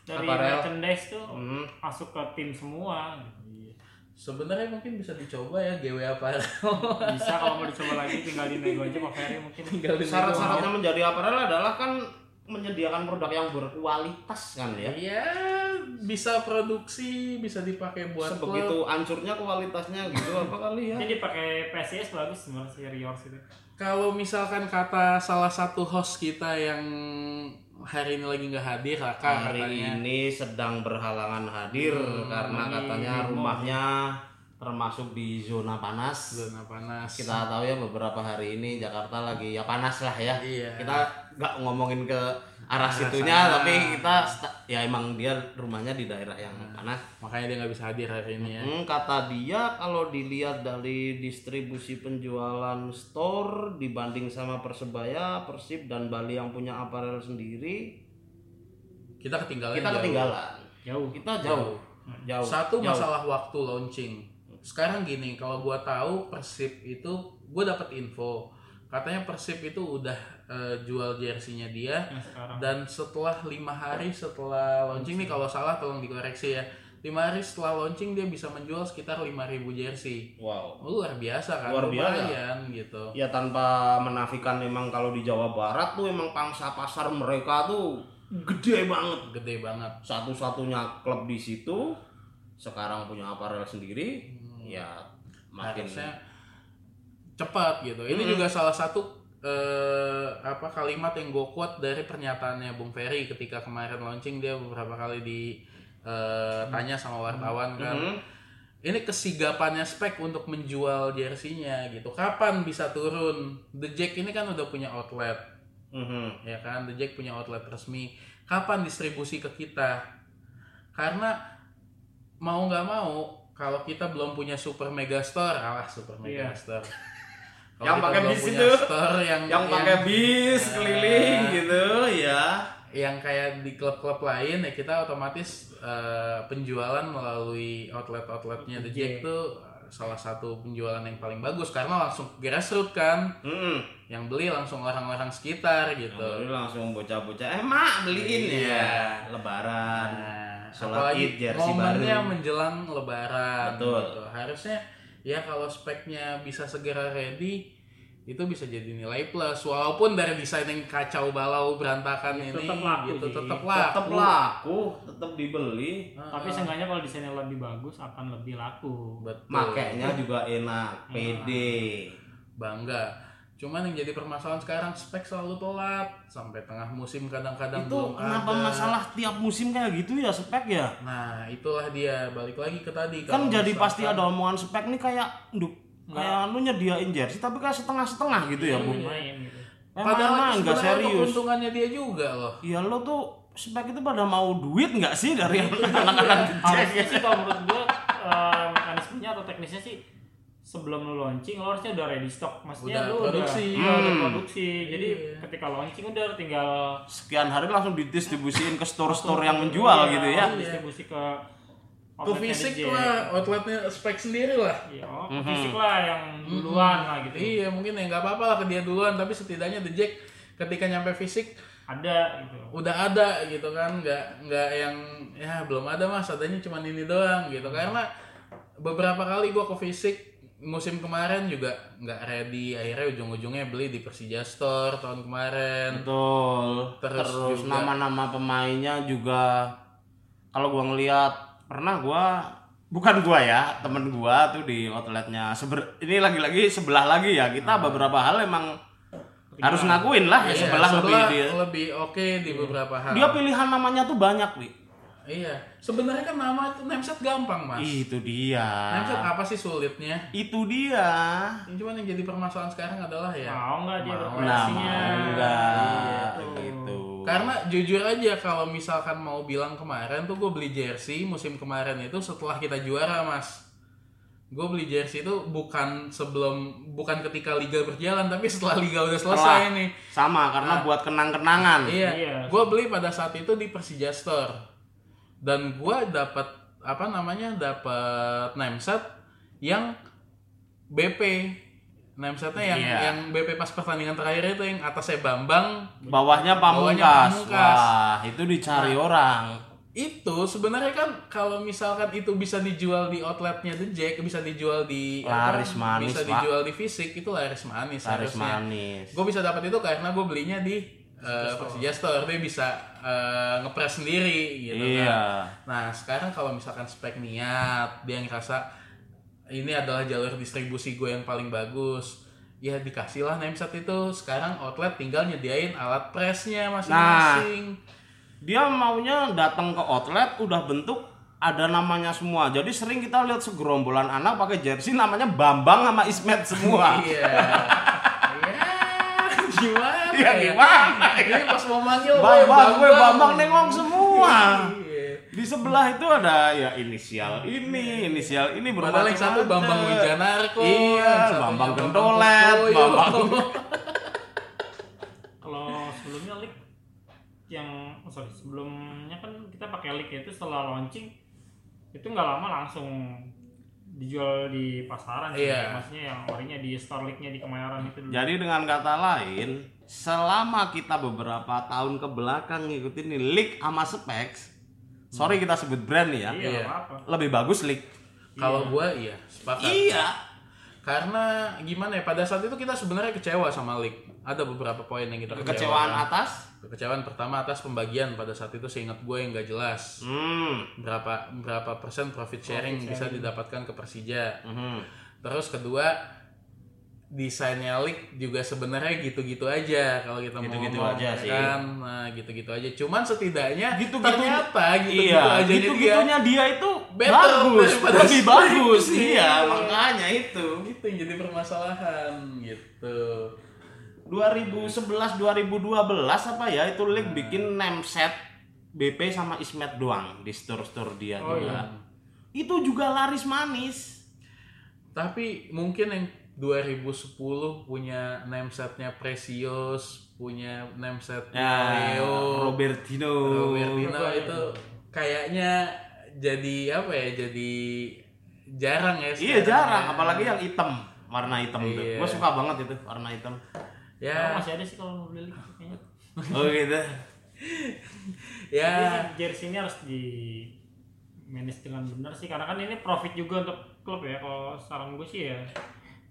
dari
Aparel.
merchandise tuh
Hmm.
masuk ke tim semua
Iya. sebenarnya mungkin bisa dicoba ya GW apa
bisa kalau mau dicoba lagi tinggal di nego aja Pak Ferry mungkin
tinggal di
syarat-syaratnya menjadi aparel adalah kan menyediakan produk yang berkualitas kan ya
Iya, bisa produksi, bisa dipakai buat klub.
sebegitu hancurnya kualitasnya gitu apa kali ya
jadi pakai PSIS bagus sebenarnya si Riors itu
Kalau misalkan kata salah satu host kita yang hari ini lagi nggak hadir, Raka
hari
Iya, katanya. Hmm,
ini sedang berhalangan hadir karena
ini
katanya
remote.
rumahnya termasuk di zona panas.
Zona panas.
Kita tahu ya beberapa hari ini Jakarta lagi ya panas lah ya.
Iya.
Kita nggak ngomongin ke arah situnya
sana.
tapi kita sta- ya emang dia rumahnya di daerah yang
Hmm.
panas.
Makanya dia nggak bisa hadir hari ini ya.
Hmm, kata dia kalau dilihat dari distribusi penjualan store dibanding sama Persebaya, Persib dan Bali yang punya aparel sendiri,
Kita ketinggalan.
kita
jauh.
ketinggalan.
jauh
Kita jauh. Jauh.
Satu
Jauh.
masalah waktu launching. Sekarang gini, kalau gua tahu Persib itu, gua dapat info katanya Persib itu udah eh, jual jersinya dia.
yang sekarang
dan setelah lima hari setelah launching nih kalau salah tolong dikoreksi ya lima hari setelah launching dia bisa menjual sekitar 5000 jersey
Wow.
luar biasa kan
Luar biasa.
Lumayan, gitu
Ya tanpa menafikan memang kalau di Jawa Barat tuh emang pangsa pasar mereka tuh gede banget.
gede banget
Satu-satunya klub di situ sekarang punya aparel sendiri. Ya makin
harusnya cepat gitu ini juga salah satu eh, apa kalimat yang gue quote dari pernyataannya Bung Ferry ketika kemarin launching dia beberapa kali ditanya sama wartawan kan
Hmm.
ini kesigapannya spek untuk menjual jersinya gitu. Kapan bisa turun? The Jack ini kan udah punya outlet,
Mhm.
ya kan? The Jack punya outlet resmi. Kapan distribusi ke kita? Karena mau nggak mau, kalau kita belum punya super mega store, alah super mega
Iya.
store. Kalau
Yang
kita
pakai
belum
bis
punya
itu.
store yang
Yang pakai bis
Ya.
keliling gitu ya.
yang kayak di klub-klub lain ya kita otomatis eh, penjualan melalui outlet-outletnya The Jack
Iya.
tuh eh, salah satu penjualan yang paling bagus karena langsung grassroots kan
Mhm.
yang beli langsung orang-orang sekitar gitu.
Lalu langsung bocah-bocah, eh mak beliin
Iya.
ya. Lebaran.
Nah,
Sholat Id,
apalagi
jersey
momennya
baru.
menjelang Lebaran
Betul.
gitu. Harusnya ya kalau speknya bisa segera ready itu bisa jadi nilai plus walaupun dari desain yang kacau balau berantakan
Ya,
ini
tetep laku,
gitu
Ji.
tetap
Tetap laku, tetap dibeli.
tapi seenggaknya kalau desainnya lebih bagus akan lebih laku
Betul. Nah.
Makainya juga enak, pede.
bangga. Cuman yang jadi permasalahan sekarang spek selalu telat sampai tengah musim kadang-kadang
itu
belum
kenapa
ada.
masalah tiap musim kayak gitu ya spek ya
Nah itulah dia balik lagi ke tadi
kan
Kalau
jadi
misalkan-
pasti ada omongan spek nih kayak duh kayak lu nyediain jersey tapi kayak setengah-setengah gitu ya bung
main gitu
Iya, Padahal
emang
itu
nggak
sebenarnya untuk
serius
Keuntungannya dia juga loh.
ya lo tuh spek itu pada mau duit nggak sih dari
Iya.
anak-anak
harusnya Iya, sih kalau menurut gue eh, mekanismenya atau teknisnya sih sebelum lu launching lo harusnya udah ready stock maksudnya
Udah
lu
produksi.
udah, iya, udah
Hmm.
produksi jadi
Iya.
ketika launching udah tinggal
sekian hari langsung didistribusiin ke store-store yang
Iya.
menjual gitu ya
langsung iya, distribusi ke
Ke
outletnya
fisik
DJ.
lah, outletnya spek sendiri lah.
Iya, oh,
Hmm.
ke fisik lah yang duluan lah gitu
Hmm. Iya mungkin ya nggak apa-apa lah ke dia duluan, tapi setidaknya The Jack ketika nyampe fisik
ada gitu
udah ada gitu kan nggak nggak yang ya belum ada mas adanya cuma ini doang gitu karena beberapa kali gua ke fisik musim kemarin juga nggak ready akhirnya ujung-ujungnya beli di Persija Store tahun kemarin
Betul.
Terus
Terus,
juga-
nama-nama pemainnya juga kalau gua ngelihat pernah gua bukan gua ya, temen gua tuh di outletnya seber ini lagi-lagi sebelah lagi ya. Kita beberapa hal emang harus ngakuin lah
Hmm.
ya,
Iya,
sebelah, lebih dia Iya.
lebih oke di beberapa hal.
dia pilihan namanya tuh banyak wi
Iya. Sebenarnya kan nama itu nameset gampang, Mas.
itu dia
Nameset apa sih sulitnya?
itu dia
Yang cuman yang jadi permasalahan sekarang adalah ya.
Ah.
mau nggak dia Iya,
nah
berkoneksinya
mau enggak gitu
Iya, Karena jujur aja kalau misalkan mau bilang kemarin tuh gue beli jersey musim kemarin itu setelah kita juara mas. Gue beli jersey itu bukan sebelum bukan ketika liga berjalan tapi setelah liga udah selesai
Setelah.
nih.
sama karena buat kenang-kenangan
Iya.
Iya.
Gue beli pada saat itu di Persija Store dan gue dapat apa namanya dapat nameset yang BP namesetnya yang
Iya.
yang BP pas pertandingan terakhir itu yang atasnya Bambang Bawahnya
bawahnya pamungkas
pamungkas. Nah,
wah itu dicari orang
itu sebenarnya kan kalau misalkan itu bisa dijual di outletnya The Jack bisa dijual di
Laris
apa,
manis,
bisa
Pak.
dijual di fisik itu laris manis
taris
harusnya
manis
gue bisa dapat itu karena gue belinya di eh, Persija Store dia bisa eh, ngepres sendiri gitu kan
iya
nah sekarang kalau misalkan spek niat dia ngerasa ini adalah jalur distribusi gue yang paling bagus ya dikasihlah nameset itu sekarang outlet tinggal nyediain alat presnya masing-masing
Nah, dia maunya datang ke outlet udah bentuk ada namanya semua jadi sering kita lihat segerombolan anak pakai jersey namanya Bambang sama Ismet semua
Iya. Ya, gimana?
Iya, gimana
Ini pas mau manggil
Bambang gue Bambang nengok semua
Iya.
di sebelah itu ada ya inisial ini inisial ini
Padahal yang satu
bermacam-macam.
Bambang Wijanarko, yang
Iya,
satunya
Bambang Gendolet,
Kukoyo.
Bambang-
kalau sebelumnya leak yang oh, sorry sebelumnya kan kita pakai leak itu setelah launching itu nggak lama langsung dijual di pasaran sih.
Iya.
maksudnya yang orinya di store leaknya di kemayoran itu
Hmm.
dulu
jadi dengan kata lain selama kita beberapa tahun ke belakang ngikutin nih leak sama specs sorry kita sebut brand nih ya
iya
Iya.
nggak apa
lebih bagus leak
Kalau gua iya, sepakat.
iya
Karena gimana ya? Pada saat itu kita sebenarnya kecewa sama Lik. Ada beberapa poin yang kita
kekecewaan atas
Kekecewaan pertama atas pembagian pada saat itu seingat gue yang nggak jelas
hmm
berapa berapa persen profit sharing, bisa didapatkan ke Persija.
Mhm.
Terus kedua desainnya leak juga sebenarnya gitu-gitu aja kalau kita
Gitu-gitu
mau ngomong,
aja sih.
kan nah gitu-gitu aja cuman setidaknya
Gitu-gitu-
ternyata gitu-gitu
iya
aja
gitu gitunya dia itu
Better
bagus
daripada
lebih
si
bagus
Mike.
iya makanya itu
gitu yang jadi permasalahan gitu
2011 2012 apa ya itu Lik
Hmm.
bikin name set BP sama Ismet doang di store-store dia juga
Oh, iya.
itu juga laris manis
tapi mungkin yang 2010 punya namesetnya Precious punya nameset
ya Robertino
Robertino itu kayaknya jadi apa ya jadi jarang ya
iya
sekarang ya.
jarang apalagi yang hitam warna hitam tuh
Iya.
gue suka banget itu warna hitam
ya
Kalau masih ada sih kalau mau beli leak kayaknya
oh gitu
Iya
ya
Jadi jersey ini harus di manage dengan benar sih karena kan ini profit juga untuk klub ya kalau saran gue sih ya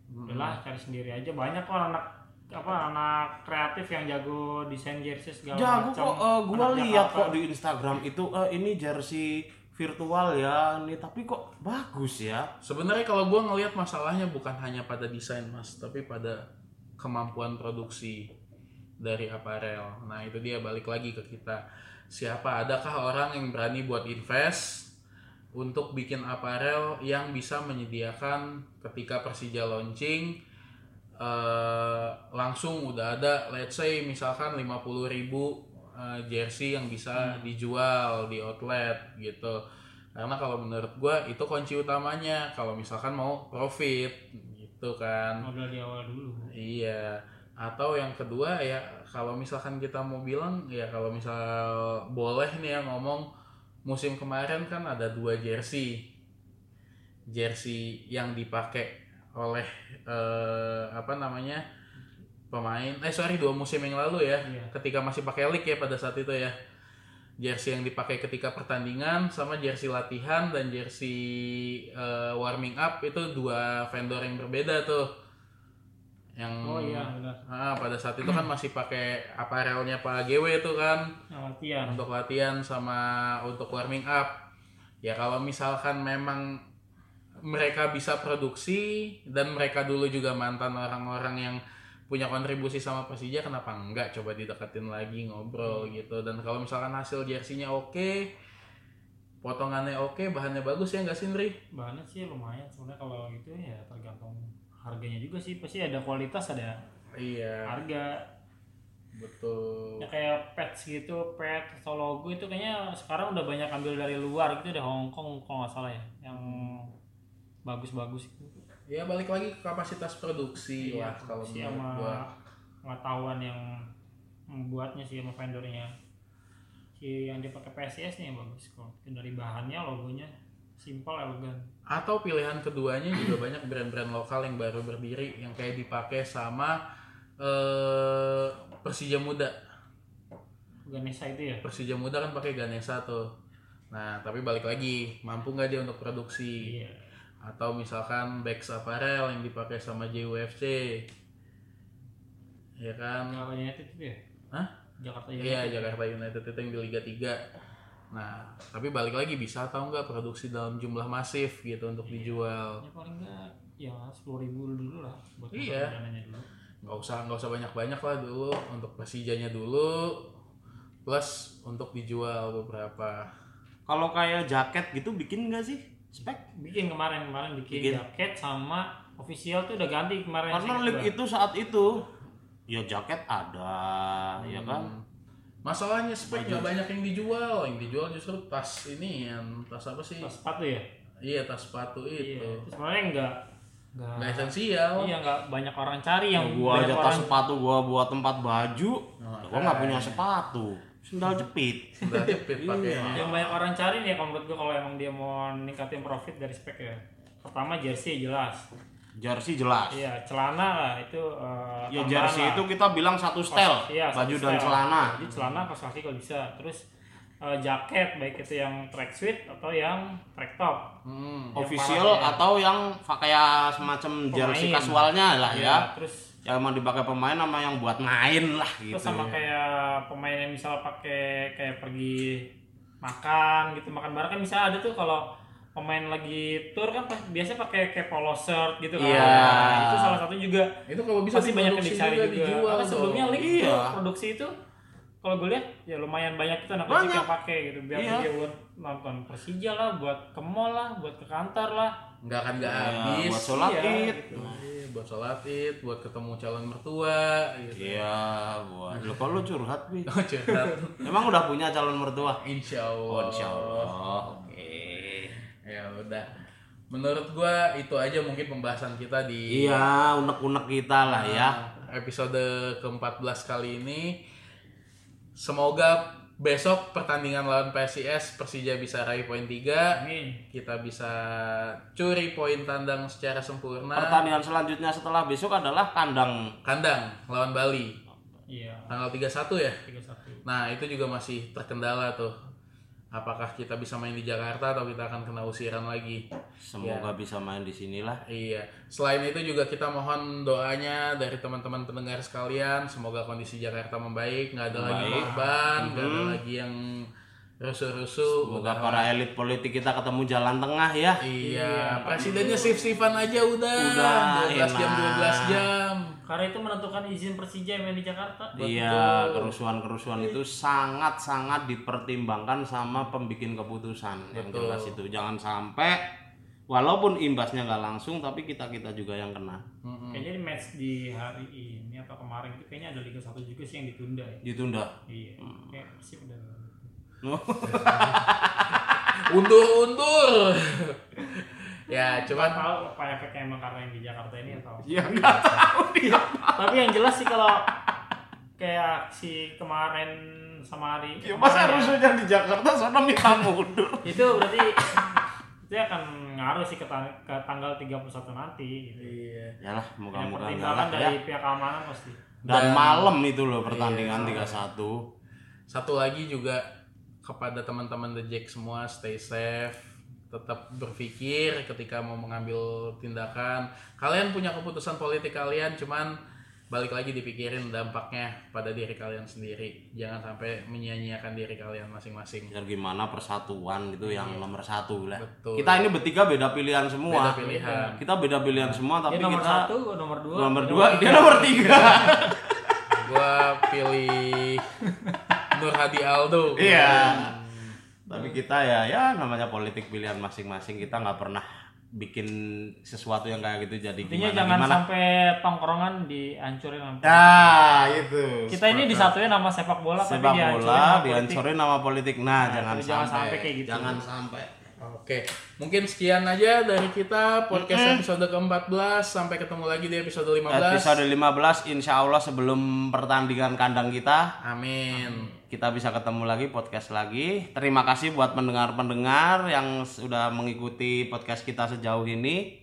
Hmm.
udahlah
Hmm.
cari sendiri aja banyak kok anak apa anak kreatif yang jago desain jersey segala
Jago
macam
kok, eh, gua
Anaknya
lihat
apa.
kok di Instagram itu eh, ini jersey virtual ya, ini tapi kok bagus ya.
Sebenarnya kalau gue ngelihat masalahnya bukan hanya pada desain mas, tapi pada kemampuan produksi dari aparel. Nah itu dia balik lagi ke kita. Siapa adakah orang yang berani buat invest untuk bikin aparel yang bisa menyediakan ketika Persija launching eh, langsung udah ada let's say misalkan 50.000 ribu eh, jersey yang bisa dijual di outlet gitu karena kalau menurut gua itu kunci utamanya kalau misalkan mau profit gitu kan
modal di awal dulu
iya atau yang kedua ya kalau misalkan kita mau bilang ya kalau misal boleh nih ya ngomong musim kemarin kan ada dua jersey jersey yang dipakai oleh eh, apa namanya pemain eh sorry dua musim yang lalu ya
Iya.
ketika masih pakai league ya pada saat itu ya jersey yang dipakai ketika pertandingan sama jersey latihan dan jersey eh, warming up itu dua vendor yang berbeda tuh yang
Hmm.
oh iya udah
Ah, pada saat itu kan masih pakai aparelnya Pak GW itu kan
yang latihan
untuk latihan sama untuk warming up. Ya kalau misalkan memang mereka bisa produksi dan mereka dulu juga mantan orang-orang yang punya kontribusi sama Persija kenapa enggak coba dideketin lagi ngobrol gitu dan kalau misalkan hasil jersinya oke potongannya oke bahannya bagus ya enggak sih Nri?
bahannya sih lumayan sebenarnya kalau gitu ya tergantung harganya juga sih pasti ada kualitas ada
Iya
harga
betul
ya kayak pets gitu pet atau logo itu kayaknya sekarang udah banyak ambil dari luar gitu dari Hong Kong kalau nggak salah ya yang
Hmm.
bagus-bagus itu
ya balik lagi ke kapasitas produksi lah kalau
sih
menurut
sama
gua
pengetahuan yang membuatnya sih sama vendornya si yang dipakai PSIS nih yang bagus kok dari bahannya logonya ya, simple elegan
atau pilihan keduanya juga banyak brand-brand lokal yang baru berdiri yang kayak dipakai sama eh, Persija Muda
Ganesha itu ya
Persija Muda kan pakai Ganesha tuh nah tapi balik lagi mampu nggak dia untuk produksi
iya
atau misalkan Bags Apparel yang dipakai sama JUFC ya kan
Jakarta United itu ya
Hah?
Jakarta
Iya
United
Jakarta United itu yang di Liga 3 Nah tapi balik lagi bisa atau nggak produksi dalam jumlah masif gitu untuk dijual
ya paling enggak ya sepuluh ribu dulu lah buat
Iya.
dananya dulu
nggak usah nggak usah banyak banyak lah dulu untuk Persijanya dulu plus untuk dijual beberapa
Kalau kayak jaket gitu bikin nggak sih spek?
bikin kemarin kemarin bikin,
Bikin.
jaket sama official tuh udah ganti kemarin
Karena
sih, gua.
league itu saat itu ya jaket ada, ya kan?
masalahnya spek nggak banyak yang dijual yang dijual justru tas ini yang tas apa sih
Pas sepatu ya
iya tas sepatu
iya
itu
itu sebenarnya enggak enggak
nggak esensial
iya enggak banyak orang cari yang
Gua
Hmm.
aja
banyak
tas
orang Oh,
sepatu gua buat tempat baju,
Nah,
gua nggak punya sepatu, sendal jepit.
udah jepit
Iya.
pakainya
yang banyak orang cari nih kalau menurut gua kalau emang dia mau ningkatin profit dari spek ya pertama jersey jelas
Jersey jelas.
iya celana lah itu eh,
Ya
tambahan
jersey
lah.
itu kita bilang satu style,
Iya,
baju
satu
dan
style.
celana.
Jadi celana pas kaki kalau bisa. Terus eh, jaket baik itu yang tracksuit atau yang track top.
hmm.
Yang
Official
parah, ya.
atau yang fa- kayak semacam jersey
Pemain.
kasualnya lah ya.
Iya, Terus
Yang emang dipakai pemain sama yang buat main lah gitu.
terus sama kayak pemain yang misal pakai kayak pergi makan gitu makan bareng kan bisa ada tuh kalau pemain lagi tour kan pas- biasanya pakai kayak polo shirt gitu kan.
Iya.
Nah, itu salah satu juga
itu kalau bisa
pasti banyak yang
diproduksi
dicari juga.
dijual
Makanya sebelumnya
dong.
link
Iya.
tuh produksi itu kalau gue lihat ya lumayan banyak itu anak kecil
Banyak.
yang pakai gitu biar
Iya.
dia buat nonton Persija lah, buat ke mall lah, buat ke kantor lah.
nggak akan nggak
Ya,
habis
buat sholat
Iya,
id.
gitu.
Iya, buat sholat id buat ketemu calon mertua gitu
Iya, buat. Lo kok lo curhat, Bi?
Curhat.
Emang udah punya calon mertua?
Insya
Oh,
Allah.
insya Allah. Oke.
Ya udah. Menurut gua itu aja mungkin pembahasan kita di
Iya, unek-unek kita lah ya.
episode ke-14 kali ini. Semoga besok pertandingan lawan PSIS Persija bisa raih poin 3.
Amin.
Kita bisa curi poin tandang secara sempurna.
Pertandingan selanjutnya setelah besok adalah kandang.
Kandang lawan Bali
Iya.
tanggal 31 ya.
31.
Nah, itu juga masih terkendala tuh. Apakah kita bisa main di Jakarta atau kita akan kena usiran lagi?
Semoga bisa main di sinilah.
Iya. Selain itu juga kita mohon doanya dari teman-teman pendengar sekalian. Semoga kondisi Jakarta membaik, nggak ada lagi
Membaik. Mm-hmm.
korban, nggak ada lagi yang rusuh-rusuh.
Semoga para elit politik kita ketemu jalan tengah ya.
Iya, presidennya sif-sifan aja udah.
Udah,
12 jam,
enak.
12 jam.
Karena itu menentukan izin Persija main di Jakarta.
Iya, kerusuhan-kerusuhan itu sangat-sangat dipertimbangkan sama pembikin keputusan Ya, yang
Betul.
jelas itu. Jangan sampai walaupun imbasnya nggak langsung tapi kita-kita juga yang kena.
Mm-mm.
Kayaknya di match di hari ini apa kemarin itu kayaknya ada Liga 1 juga sih yang ditunda ya.
Ditunda.
Iya. Kayak Persib udah
Undur-undur. ya, cuman
tahu apa efeknya emang karena yang di Jakarta ini atau
Ya nggak tahu dia.
tapi yang jelas sih kalau kayak si kemarin sama hari
Ya,
kemarin
masa
ya,
rusuhnya di Jakarta sana minta mundur.
itu berarti itu akan ngaruh sih ke, tang- ke tanggal 31 nanti gitu.
iya.
Yalah,
Yang
muka-muka
pertimbangan
ngalah ya.
dari pihak keamanan pasti
Dan
Dan-
malam itu loh
Iya.
pertandingan 31.
Satu lagi juga kepada teman-teman The Jack semua stay safe, tetap berpikir ketika mau mengambil tindakan. Kalian punya keputusan politik kalian, cuman balik lagi dipikirin dampaknya pada diri kalian sendiri. Jangan sampai menyia-nyiakan diri kalian masing-masing.
Biar gimana persatuan gitu
Iya.
yang nomor satu lah.
Betul.
Kita ini bertiga beda pilihan semua.
Beda pilihan.
Kita beda pilihan semua tapi
Dia nomor
kita
satu, gua nomor dua. gitu.
nomor
dia
dua, dia nomor tiga.
Gua pilih Nur Hadi Aldo.
Iya.
Hmm.
Tapi kita ya ya namanya politik pilihan masing-masing kita nggak pernah bikin sesuatu yang kayak gitu jadi
Intinya
gimana
jangan
gimana.
sampai tongkrongan dihancurin sama
Nah, itu.
Kita ini disatuin sama sepak bola
sepak
tapi dihancurin sama
bola
politik.
dihancurin nama politik. Nah, jangan,
Jadi jangan
sampai.
sampai kayak gitu.
Jangan sampai.
Oke, mungkin sekian aja dari kita podcast episode ke-14. Sampai ketemu lagi di episode 15.
Episode 15 insya Allah sebelum pertandingan kandang kita
Amin.
kita bisa ketemu lagi podcast lagi. Terima kasih buat pendengar-pendengar yang sudah mengikuti podcast kita sejauh ini.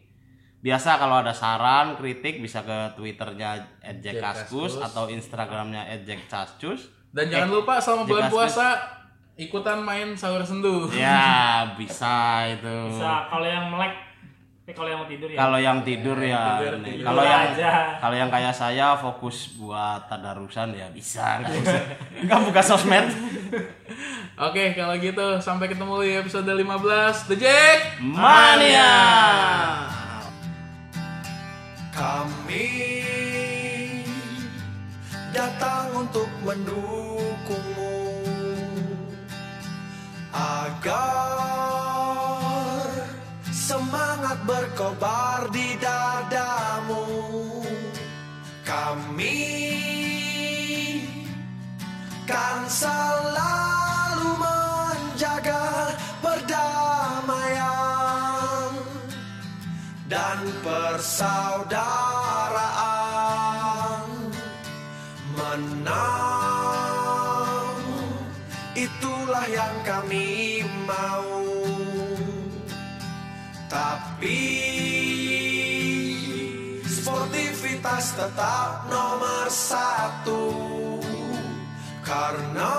Biasa kalau ada saran, kritik bisa ke twitternya @jkaskus atau instagramnya @jkaskus.
Dan jangan lupa selama
Jaga
bulan
Smith.
puasa ikutan main sahur sendu.
Ya bisa itu.
Bisa kalau yang melek, tapi kalau yang mau tidur ya.
Kalau yang tidur ya,
tidur,
ini.
tidur
kalau yang
aja.
kalau yang kayak saya fokus buat tadarusan ya bisa. Nggak usah- Nggak buka sosmed.
Oke, kalau gitu sampai ketemu di episode 15 The Jack
Mania.
Kami datang untuk mendukungmu agar semangat berkobar di dadamu. Kami kan selalu menjaga perdamaian dan persaudaraan menang itulah yang kami mau tapi sportivitas tetap nomor satu karena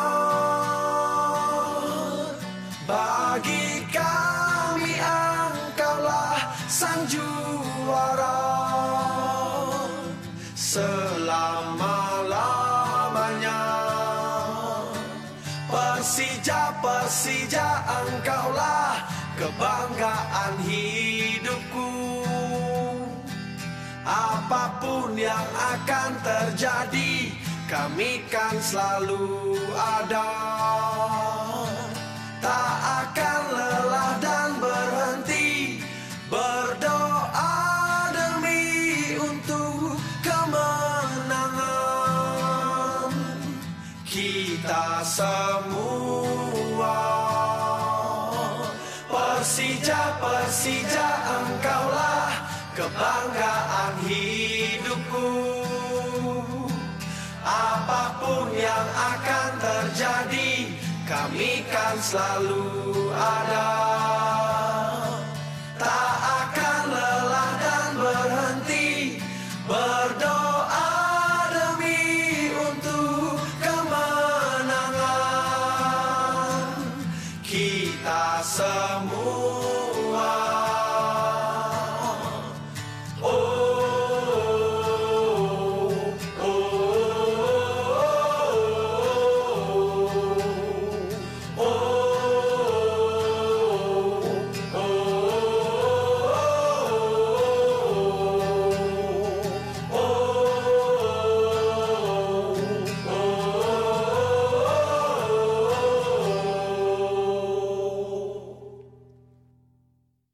bagi kami engkaulah sang juara selama-lamanya Persija Persija engkaulah kebanggaan hidupku Apapun yang akan terjadi, kami kan selalu ada. Tak akan lelah dan berhenti berdoa demi untuk kemenangan kita semua. Persija, Persija, engkaulah kebanggaan hidupku. Apapun yang akan terjadi, kami kan selalu ada. Tak akan lelah dan berhenti berdoa demi untuk kemenangan kita semua.